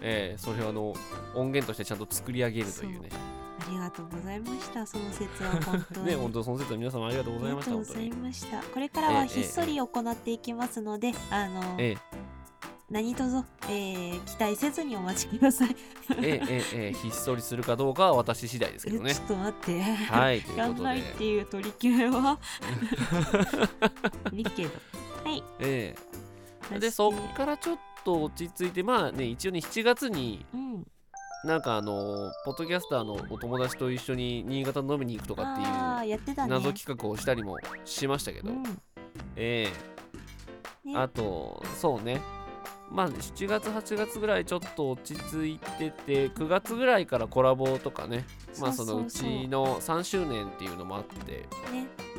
Speaker 1: ええそれをあの音源としてちゃんと作り上げるというね
Speaker 2: ありがとうございましたその説は本当
Speaker 1: [LAUGHS]
Speaker 2: に
Speaker 1: ね本当その説は皆様ありがとうございました
Speaker 2: あ
Speaker 1: 本
Speaker 2: りがと
Speaker 1: 当
Speaker 2: うござい
Speaker 1: に
Speaker 2: ました。これから
Speaker 1: え
Speaker 2: は
Speaker 1: え
Speaker 2: ひっそり行っていきますので、あの、
Speaker 1: ええ
Speaker 2: 何卒、えー期待せずにお待ちください。
Speaker 1: ええええええひっそりするかどうかは私次第ですけどね
Speaker 2: ちょっと待って。
Speaker 1: はいということで
Speaker 2: やんないっていう取り決
Speaker 1: [LAUGHS]
Speaker 2: めは。いいけど。はい。
Speaker 1: ええでそっからちょっと落ち着いてまあね一応ね7月に
Speaker 2: うん。
Speaker 1: なんかあのーポッドキャスターのお友達と一緒に新潟飲みに行くとかっていう
Speaker 2: ああ、やってたね。
Speaker 1: 謎企画をしたりもしましたけど、
Speaker 2: うん
Speaker 1: ええ
Speaker 2: ね
Speaker 1: あとそうねまあ7月8月ぐらいちょっと落ち着いてて9月ぐらいからコラボとかねまあ
Speaker 2: そ
Speaker 1: そう
Speaker 2: そう
Speaker 1: のう
Speaker 2: そう
Speaker 1: ちの3周年っていうのもあって
Speaker 2: ね。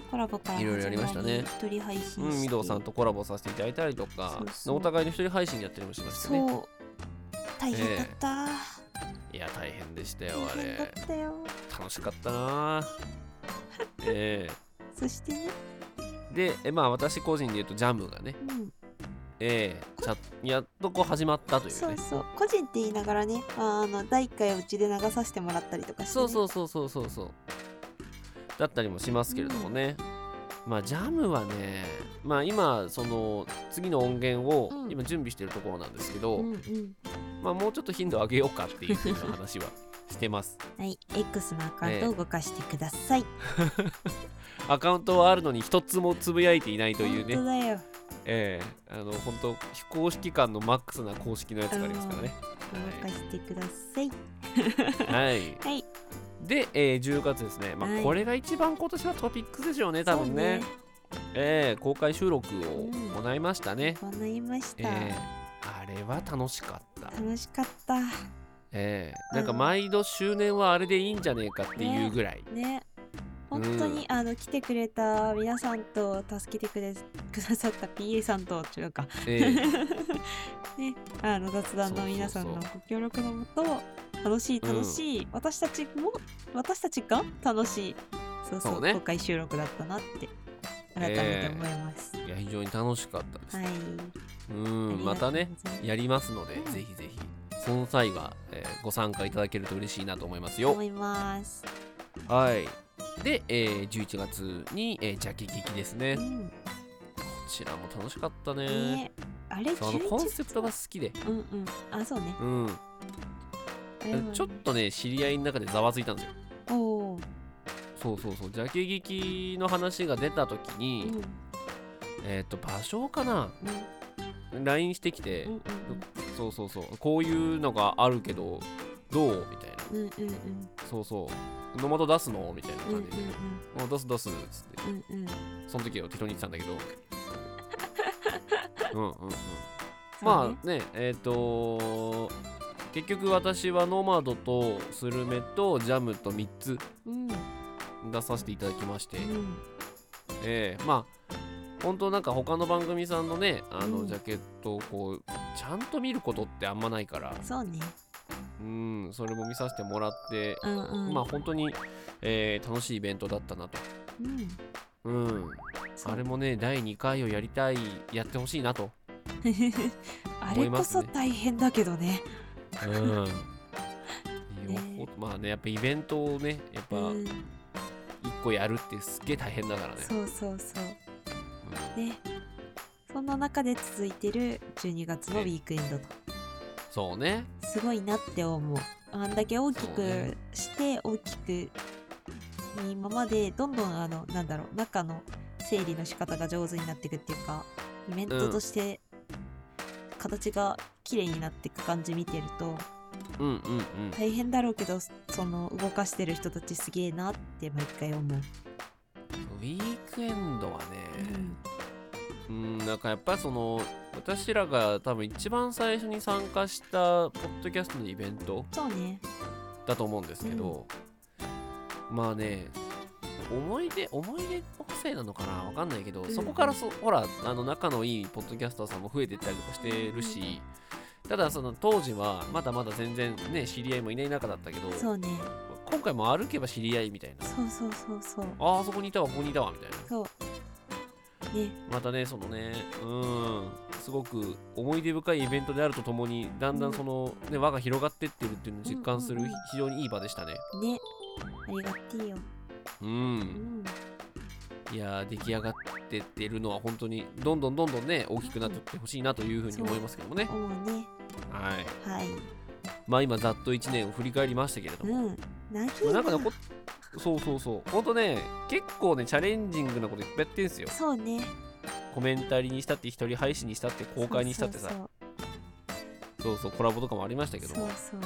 Speaker 2: コラボから
Speaker 1: いろいろやりましたね
Speaker 2: 始まり一人配信して。
Speaker 1: うんみどさんとコラボさせていただいたりとか
Speaker 2: そうそう
Speaker 1: お互いの一人配信やったりもしましたね
Speaker 2: そう大変だった。
Speaker 1: いや大変でしたよあ
Speaker 2: 大変だっ
Speaker 1: れ
Speaker 2: たよ。
Speaker 1: 楽しかったなええ
Speaker 2: そしてね。
Speaker 1: でえまあ私個人で言うとジャムがね
Speaker 2: うん。
Speaker 1: ええちゃやっとこう始まったというね
Speaker 2: そうそう個人って言いながらねあの第1回うちで流させてもらったりとかして、
Speaker 1: そ
Speaker 2: ね、
Speaker 1: うそうそうそうそうそうだったりもしますけれどもね、まあジャムはねまあ今その次の音源を
Speaker 2: うん
Speaker 1: 今準備してるところなんですけど、
Speaker 2: うんうん
Speaker 1: まあもうちょっと頻度上げようかっていうふうな話はしてます [LAUGHS]
Speaker 2: はい X のアカウント
Speaker 1: え
Speaker 2: を
Speaker 1: え
Speaker 2: 動かしてください、
Speaker 1: アカウントはあるのに一つもつぶやいていないというね
Speaker 2: 本当だよ
Speaker 1: ええあの本当非公式感のマックスな公式のやつがありますからね
Speaker 2: 動かしてください
Speaker 1: はい、
Speaker 2: はい
Speaker 1: で、えー10月ですね、ま
Speaker 2: は
Speaker 1: あ、
Speaker 2: い
Speaker 1: これが一番今年はトピックスでしょうね多分ね
Speaker 2: そうね
Speaker 1: えー公開収録を
Speaker 2: うん
Speaker 1: 行いましたね、
Speaker 2: こうなりました、
Speaker 1: えーあれは楽しかった、
Speaker 2: 楽しかった
Speaker 1: えーなんか毎度周年はあれでいいんじゃねえかっていうぐらい、
Speaker 2: ね本当に、あの来てくれた皆さんと助けてくれくださった PA さんとというか、
Speaker 1: ええ
Speaker 2: [LAUGHS] ねあの雑談の皆さんのご協力のもと楽しい
Speaker 1: うん
Speaker 2: 楽しい、私たちも私たちが楽しいそうそう
Speaker 1: そうね
Speaker 2: 公開収録だったなって改めて思います、
Speaker 1: いや非常に楽しかったです、
Speaker 2: はい
Speaker 1: うんまたねやりますので、ぜひぜひその際は、えーご参加いただけると嬉しいなと思いますよ
Speaker 2: 思います
Speaker 1: はい。で、えー11月に、えー、ジャケ劇ですね、
Speaker 2: こ
Speaker 1: ちらも楽しかったね。
Speaker 2: ねあれ
Speaker 1: そうあの
Speaker 2: 11
Speaker 1: コンセプトが好きで。
Speaker 2: うんうんあそうね
Speaker 1: うん。
Speaker 2: あれはね
Speaker 1: ちょっとね、知り合いの中でざわついたんですよ。
Speaker 2: おおー
Speaker 1: そうそうそう。ジャケ劇の話が出た時に、
Speaker 2: うん
Speaker 1: えっ、と、場所かな、?LINE してきて、そうそうそう。こういうのがあるけど、どうみたいな。
Speaker 2: うんうんうん
Speaker 1: そうそう。ノマド出すのみたいな
Speaker 2: うんうんう
Speaker 1: 感じで。
Speaker 2: ん
Speaker 1: あ出す出すっつって。
Speaker 2: うんうん
Speaker 1: その時は適当に言ってたんだけど。うん
Speaker 2: [LAUGHS]
Speaker 1: うんうん。
Speaker 2: そう
Speaker 1: ま
Speaker 2: ね
Speaker 1: あね、えっ、と結局私はノマドとスルメとジャムと3つ
Speaker 2: うん
Speaker 1: 出させていただきまして、
Speaker 2: うん
Speaker 1: ええまあ、本当なんか他の番組さんのね、あ
Speaker 2: う
Speaker 1: の
Speaker 2: ん
Speaker 1: ジャケットをこう、ちゃんと見ることってあんまないから、
Speaker 2: そうね
Speaker 1: うん、それも見させてもらって、
Speaker 2: うんうん
Speaker 1: まあ本当に、えー楽しいイベントだったなと。
Speaker 2: うん
Speaker 1: うん、あれもね第2回をやりたいやってほしいなと、 [LAUGHS]
Speaker 2: あ
Speaker 1: 思
Speaker 2: れ
Speaker 1: いま
Speaker 2: こ
Speaker 1: す
Speaker 2: そ
Speaker 1: ね
Speaker 2: 大変だけどね。
Speaker 1: [LAUGHS] うん、まあねやっぱイベントをねやっぱ
Speaker 2: うん
Speaker 1: 1個やるってすっげえ大変だからね
Speaker 2: そうそうそう。ね。そんな中で続いてる12月のウィークエンドと。
Speaker 1: そうね
Speaker 2: すごいなって思う。あんだけ大き
Speaker 1: そうね
Speaker 2: くして、大きく今までどんどんあのなんだろう中の整理の仕方が上手になっていくっていうかイベントとして形が綺麗になっていく感じ見てると、
Speaker 1: うんうんうん
Speaker 2: 大変だろうけどその動かしてる人たちすげえなって毎回思う。
Speaker 1: ウィークエンドはね、うん、なんかやっぱりその、私らが多分一番最初に参加したポッドキャストのイベント
Speaker 2: そうね。
Speaker 1: だと思うんですけど、まあね、思い出、思い出補正なのかなわかんないけど、
Speaker 11: うん
Speaker 1: そこからそ、ほら、あの、仲のいいポッドキャスターさんも増えてったりとかしてるし、ただその当時はまだまだ全然ね、知り合いもいない中だったけど、
Speaker 2: そうね。
Speaker 1: 今回も歩けば知り合いみたいな、
Speaker 2: そうそうそうそう。
Speaker 1: あーあそこにいたわ、ここにいたわ、みたいな。
Speaker 2: そう。ね。
Speaker 1: またねそのねうんすごく思い出深いイベントであるとともにだんだんその、ね、輪が広がってってるっていうのを実感する非常にいい場でしたね
Speaker 2: ね。ありがてえよ。
Speaker 1: うん、
Speaker 2: うん。
Speaker 1: いやー出来上がってってるのは本当にどんどんどんどんね大きくなってってほしいなというふうに思いますけどもね
Speaker 2: 思うね。
Speaker 1: はい
Speaker 2: はい。
Speaker 1: まあ今ざっと1年を振り返りましたけれども、
Speaker 2: うん。長
Speaker 1: まあな
Speaker 2: いなん
Speaker 1: かねこそうそうそうほんとね結構ねチャレンジングなこといっぱいやってんすよ
Speaker 2: そうね。
Speaker 1: コメンタリーにしたって一人配信にしたって公開にしたってさ
Speaker 2: そうそう
Speaker 1: そうそうコラボとかもありましたけど
Speaker 2: そう
Speaker 1: も
Speaker 2: そう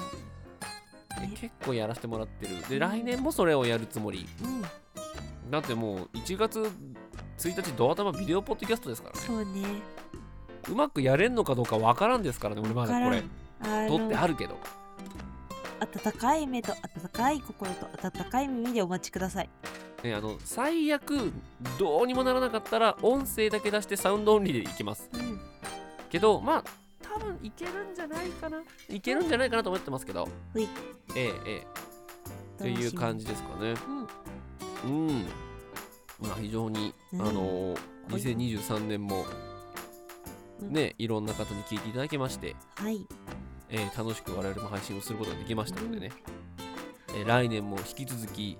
Speaker 1: え結構やらせてもらってる
Speaker 2: う
Speaker 1: で
Speaker 2: ん
Speaker 1: 来年もそれをやるつもり
Speaker 2: そう。うん。
Speaker 1: だってもう1月1日ドア玉ビデオポッドキャストですからね
Speaker 2: そうね。
Speaker 1: うまくやれんのかどうかわからんですからね俺ま
Speaker 2: わか
Speaker 1: だ
Speaker 2: ら
Speaker 1: こ
Speaker 2: ん
Speaker 1: れ
Speaker 2: あ
Speaker 1: 撮ってあ
Speaker 2: る。
Speaker 1: るけど
Speaker 2: 温かい目と温かい心と温かい耳でお待ちください。
Speaker 1: ねあの最悪どうにもならなかったら音声だけ出してサウンドオンリーでいきます
Speaker 2: うん。
Speaker 1: けどまあ多分いけるんじゃないかないけるんじゃないかなと思ってますけど
Speaker 2: ほい。
Speaker 1: ええええと
Speaker 2: 楽しみ
Speaker 1: いう感じですかねうん、まあ非常に、
Speaker 2: うん
Speaker 1: あのー
Speaker 2: はい
Speaker 1: 2023年も
Speaker 2: うん
Speaker 1: ね、いろんな方に聞いていただきまして、
Speaker 2: はい。
Speaker 1: えー楽しく我々も配信をすることができましたのでね、えー来年も引き続き、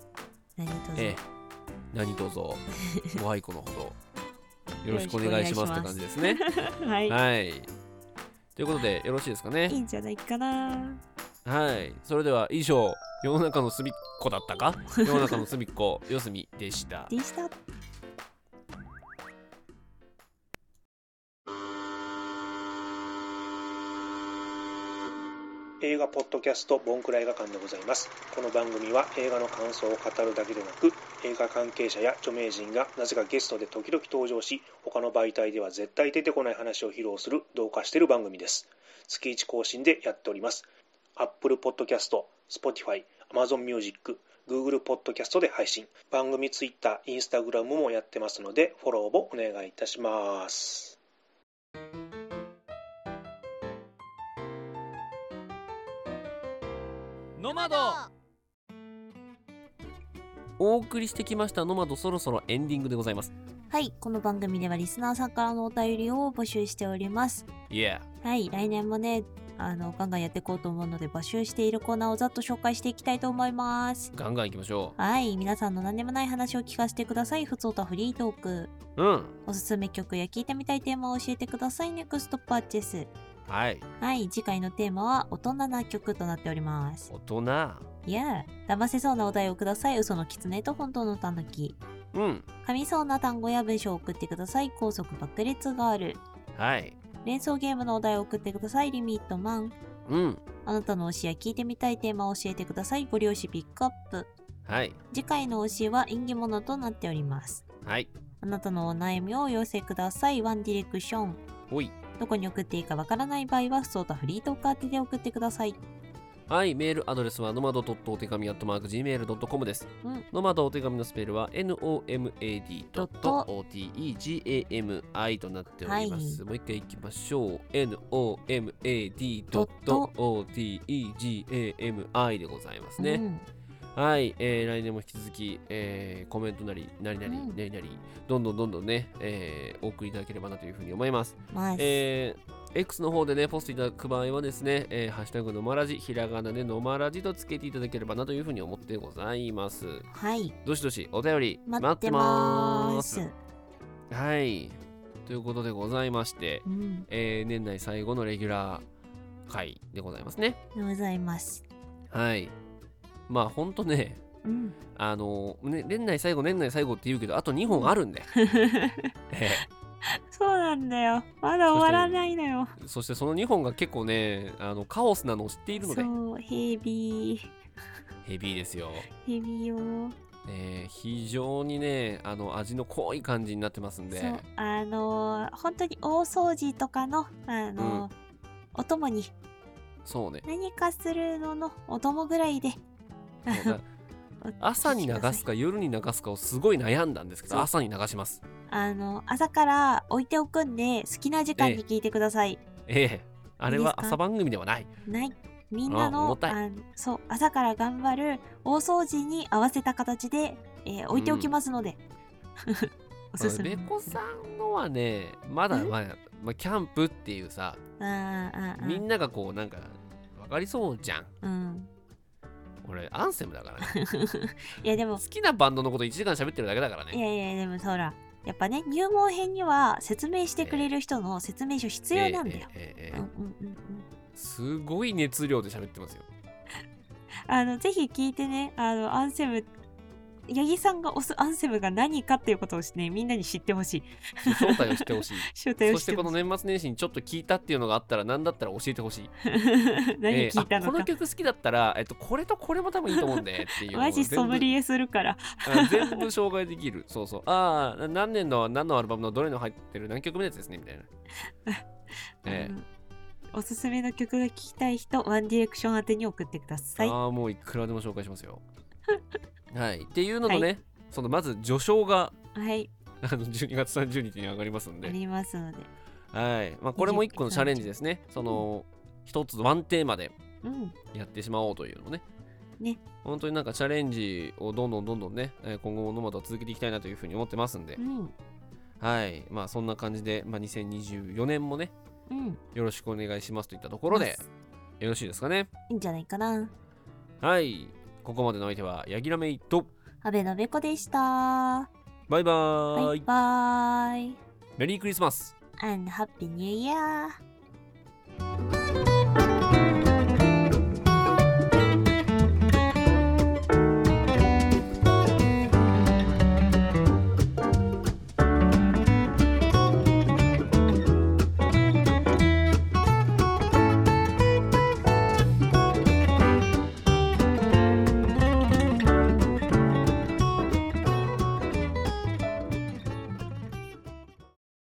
Speaker 2: 何とぞ。
Speaker 1: えー何卒ご愛顧のほどよろしくお願いしますって感じですね
Speaker 2: はい。
Speaker 1: ということでよろしいですかね
Speaker 2: いいんじゃないかな。
Speaker 1: はいそれでは以上世の中の隅っこだったか世の中の隅っこ四隅でした
Speaker 2: でした。
Speaker 14: 映画ポッドキャストボンクラ映画館でございますこの番組は映画の感想を語るだけでなく映画関係者や著名人がなぜかゲストで時々登場し他の媒体では絶対出てこない話を披露する同化している番組です月1更新でやっております Apple Podcast、Spotify、Amazon Music、Google Podcast で配信番組 Twitter、Instagram もやってますのでフォローもお願いいたします
Speaker 8: ノマド
Speaker 1: お送りしてきましたノマドそろそろエンディングでございます
Speaker 2: はい。この番組ではリスナーさんからのお便りを募集しております。
Speaker 1: Yeah
Speaker 2: はい。来年もね、あの、ガンガンやっていこうと思うので、募集しているコーナーをざっと紹介していきたいと思います。
Speaker 1: ガンガンいきましょ
Speaker 2: はい。皆さんの何でもない話を聞かせてください。ふつおたフリートーク。
Speaker 1: ううん
Speaker 2: おすすめ曲や聞いてみたいテーマを教えてください。ネクストパーチェス。
Speaker 1: はい
Speaker 2: はい。次回のテーマは、大人な曲となっております。
Speaker 1: 大人
Speaker 2: いやー、騙せそうなお題をください。嘘の狐と本当の狸。
Speaker 1: うん
Speaker 2: 噛みそうな単語や文章を送ってください。高速爆裂ガール。
Speaker 1: はい
Speaker 2: 連想ゲームのお題を送ってください。リミットマン。
Speaker 1: うん
Speaker 2: あなたの推しや聞いてみたいテーマを教えてください。ご両親ピックアップ。
Speaker 1: はい
Speaker 2: 次回の推しは縁起物となっております。
Speaker 1: はい
Speaker 2: あなたのお悩みをお寄せください。ワンディレクション。
Speaker 1: ほい
Speaker 2: どこに送っていいかわからない場合は、ソータフリートーク宛てで送ってください。
Speaker 1: はい、メールアドレスはノマドドットお手紙アットマーク Gmail.com です。
Speaker 2: うん
Speaker 1: ノマドお手紙のスペルは NOMAD ドット OTEGAMI となっております。もう一回いきましょう。NOMAD ドット OTEGAMI でございますね。はい、えー来年も引き続き、えーコメントなり、なりなり、
Speaker 2: うん
Speaker 1: なりなり、どんどんどんどんね、えーお送りいただければなというふうに思います。
Speaker 2: ナイス
Speaker 1: えー X の方でね、ポストいただく場合はですね、えーハッシュタグのまらじ、ひらがなでのまらじとつけていただければなというふうに思ってございます。
Speaker 2: はい。
Speaker 1: どしどしお便り
Speaker 2: 待
Speaker 1: 待
Speaker 2: っ
Speaker 1: ってて
Speaker 2: ま
Speaker 1: ますす。はい。ということでございまして、
Speaker 2: うん
Speaker 1: えー年内最後のレギュラー回でございますね。
Speaker 2: でございます。
Speaker 1: はい。まあ、ほんとね、
Speaker 2: うん
Speaker 1: あのね、年内最後年内最後って言うけどあと2本あるんで、え
Speaker 2: そうなんだよ。まだ終わらないのよ。
Speaker 1: えそしてその2本が結構ねあのカオスなのを知っているので
Speaker 2: そう、ヘビー。
Speaker 1: ヘビーですよ、
Speaker 2: ヘビーよ。
Speaker 1: えー非常にねあの味の濃い感じになってますんで
Speaker 2: そう、あのー、本当に大掃除とかの、あのーお供に
Speaker 1: そう
Speaker 2: [LAUGHS]
Speaker 1: ね
Speaker 2: 何かするののお供ぐらいで。
Speaker 1: そうだ朝に流すか夜に流すかをすごい悩んだんですけ
Speaker 2: そ
Speaker 1: ど
Speaker 2: う
Speaker 1: 朝に流します
Speaker 2: あの朝から置いておくんで好きな時間に聞いてください。
Speaker 1: ええあれ
Speaker 2: いいで
Speaker 1: は
Speaker 2: すか
Speaker 1: 朝番組ではない
Speaker 2: ない。みんな
Speaker 1: あ
Speaker 2: の
Speaker 1: 重たい
Speaker 2: あのそう朝から頑張る大掃除に合わせた形で、えー置いておきますので。 [LAUGHS] おすすめ。
Speaker 1: レコさんのはねまだまあ、まあ、キャンプっていうさ
Speaker 2: あーあーあ
Speaker 1: みん
Speaker 2: ー
Speaker 1: ながこうなんか分かりそうじゃん
Speaker 2: うん。 [LAUGHS]
Speaker 1: 俺アンセムだからね
Speaker 2: いやでも
Speaker 1: 好きなバンドのこと1時間喋ってるだけだから
Speaker 2: い
Speaker 1: ね
Speaker 2: やいやでもほらやっぱね入門編には説明してくれる人の説明書必要なんだよ。
Speaker 1: ええええええ
Speaker 2: うんうんうんうん
Speaker 1: すごい熱量で喋ってますよ
Speaker 2: あのぜひ聞いてねあのアンセム八木さんが推すアンセムが何かっていうことをねみんなに知ってほしい。
Speaker 1: 正体を知ってほしい
Speaker 2: 正体を
Speaker 1: そし
Speaker 2: 知っ
Speaker 1: て
Speaker 2: てほしい
Speaker 1: この年末年始にちょっと聞いたっていうのがあったら何だったら教えてほしい
Speaker 2: [LAUGHS] 何聞いた
Speaker 1: ええあ
Speaker 2: の
Speaker 1: こ
Speaker 2: か
Speaker 1: の。曲好きだったら、えっと、これとこれも多分いいと思うんでっていうのを
Speaker 2: [LAUGHS] マジソムリエするから。
Speaker 1: あ全部紹介できる。そうそう。ああ、何年の何のアルバムのどれの入ってる何曲目のやつですねみたいな。
Speaker 2: [LAUGHS]
Speaker 1: ええ
Speaker 2: おすすめの曲が聴きたい人、ワンディレクション宛てに送ってください。
Speaker 1: ああ、もういくらでも紹介します
Speaker 2: [LAUGHS]
Speaker 1: よ。はい。っていうのとね、
Speaker 2: は
Speaker 1: そのまず序章が
Speaker 2: はい、
Speaker 1: あの12月30日に上がりますん
Speaker 2: あ
Speaker 1: で、
Speaker 2: りますので。
Speaker 1: はい。まあ、これも一個のチャレンジですね。その、一つワンテーマで
Speaker 2: うん。
Speaker 1: やってしまおうというのね。
Speaker 2: ね。
Speaker 1: 本当になんかチャレンジをどんどんどんどんね、えー今後もノマドを続けていきたいなというふうに思ってますんで、
Speaker 2: うん。
Speaker 1: はい。まあ、そんな感じで、まあ、2024年もね、
Speaker 2: うん。
Speaker 1: よろしくお願いしますといったところで、よろしいですかね。
Speaker 2: いいんじゃないかな。
Speaker 1: はい。ここまでの相手は、ヤギラメイと、
Speaker 2: 阿部のべこでした。
Speaker 1: バイバー
Speaker 2: バイ
Speaker 1: イ。
Speaker 2: バイ。
Speaker 1: メリークリスマス。
Speaker 2: And Happy New Year!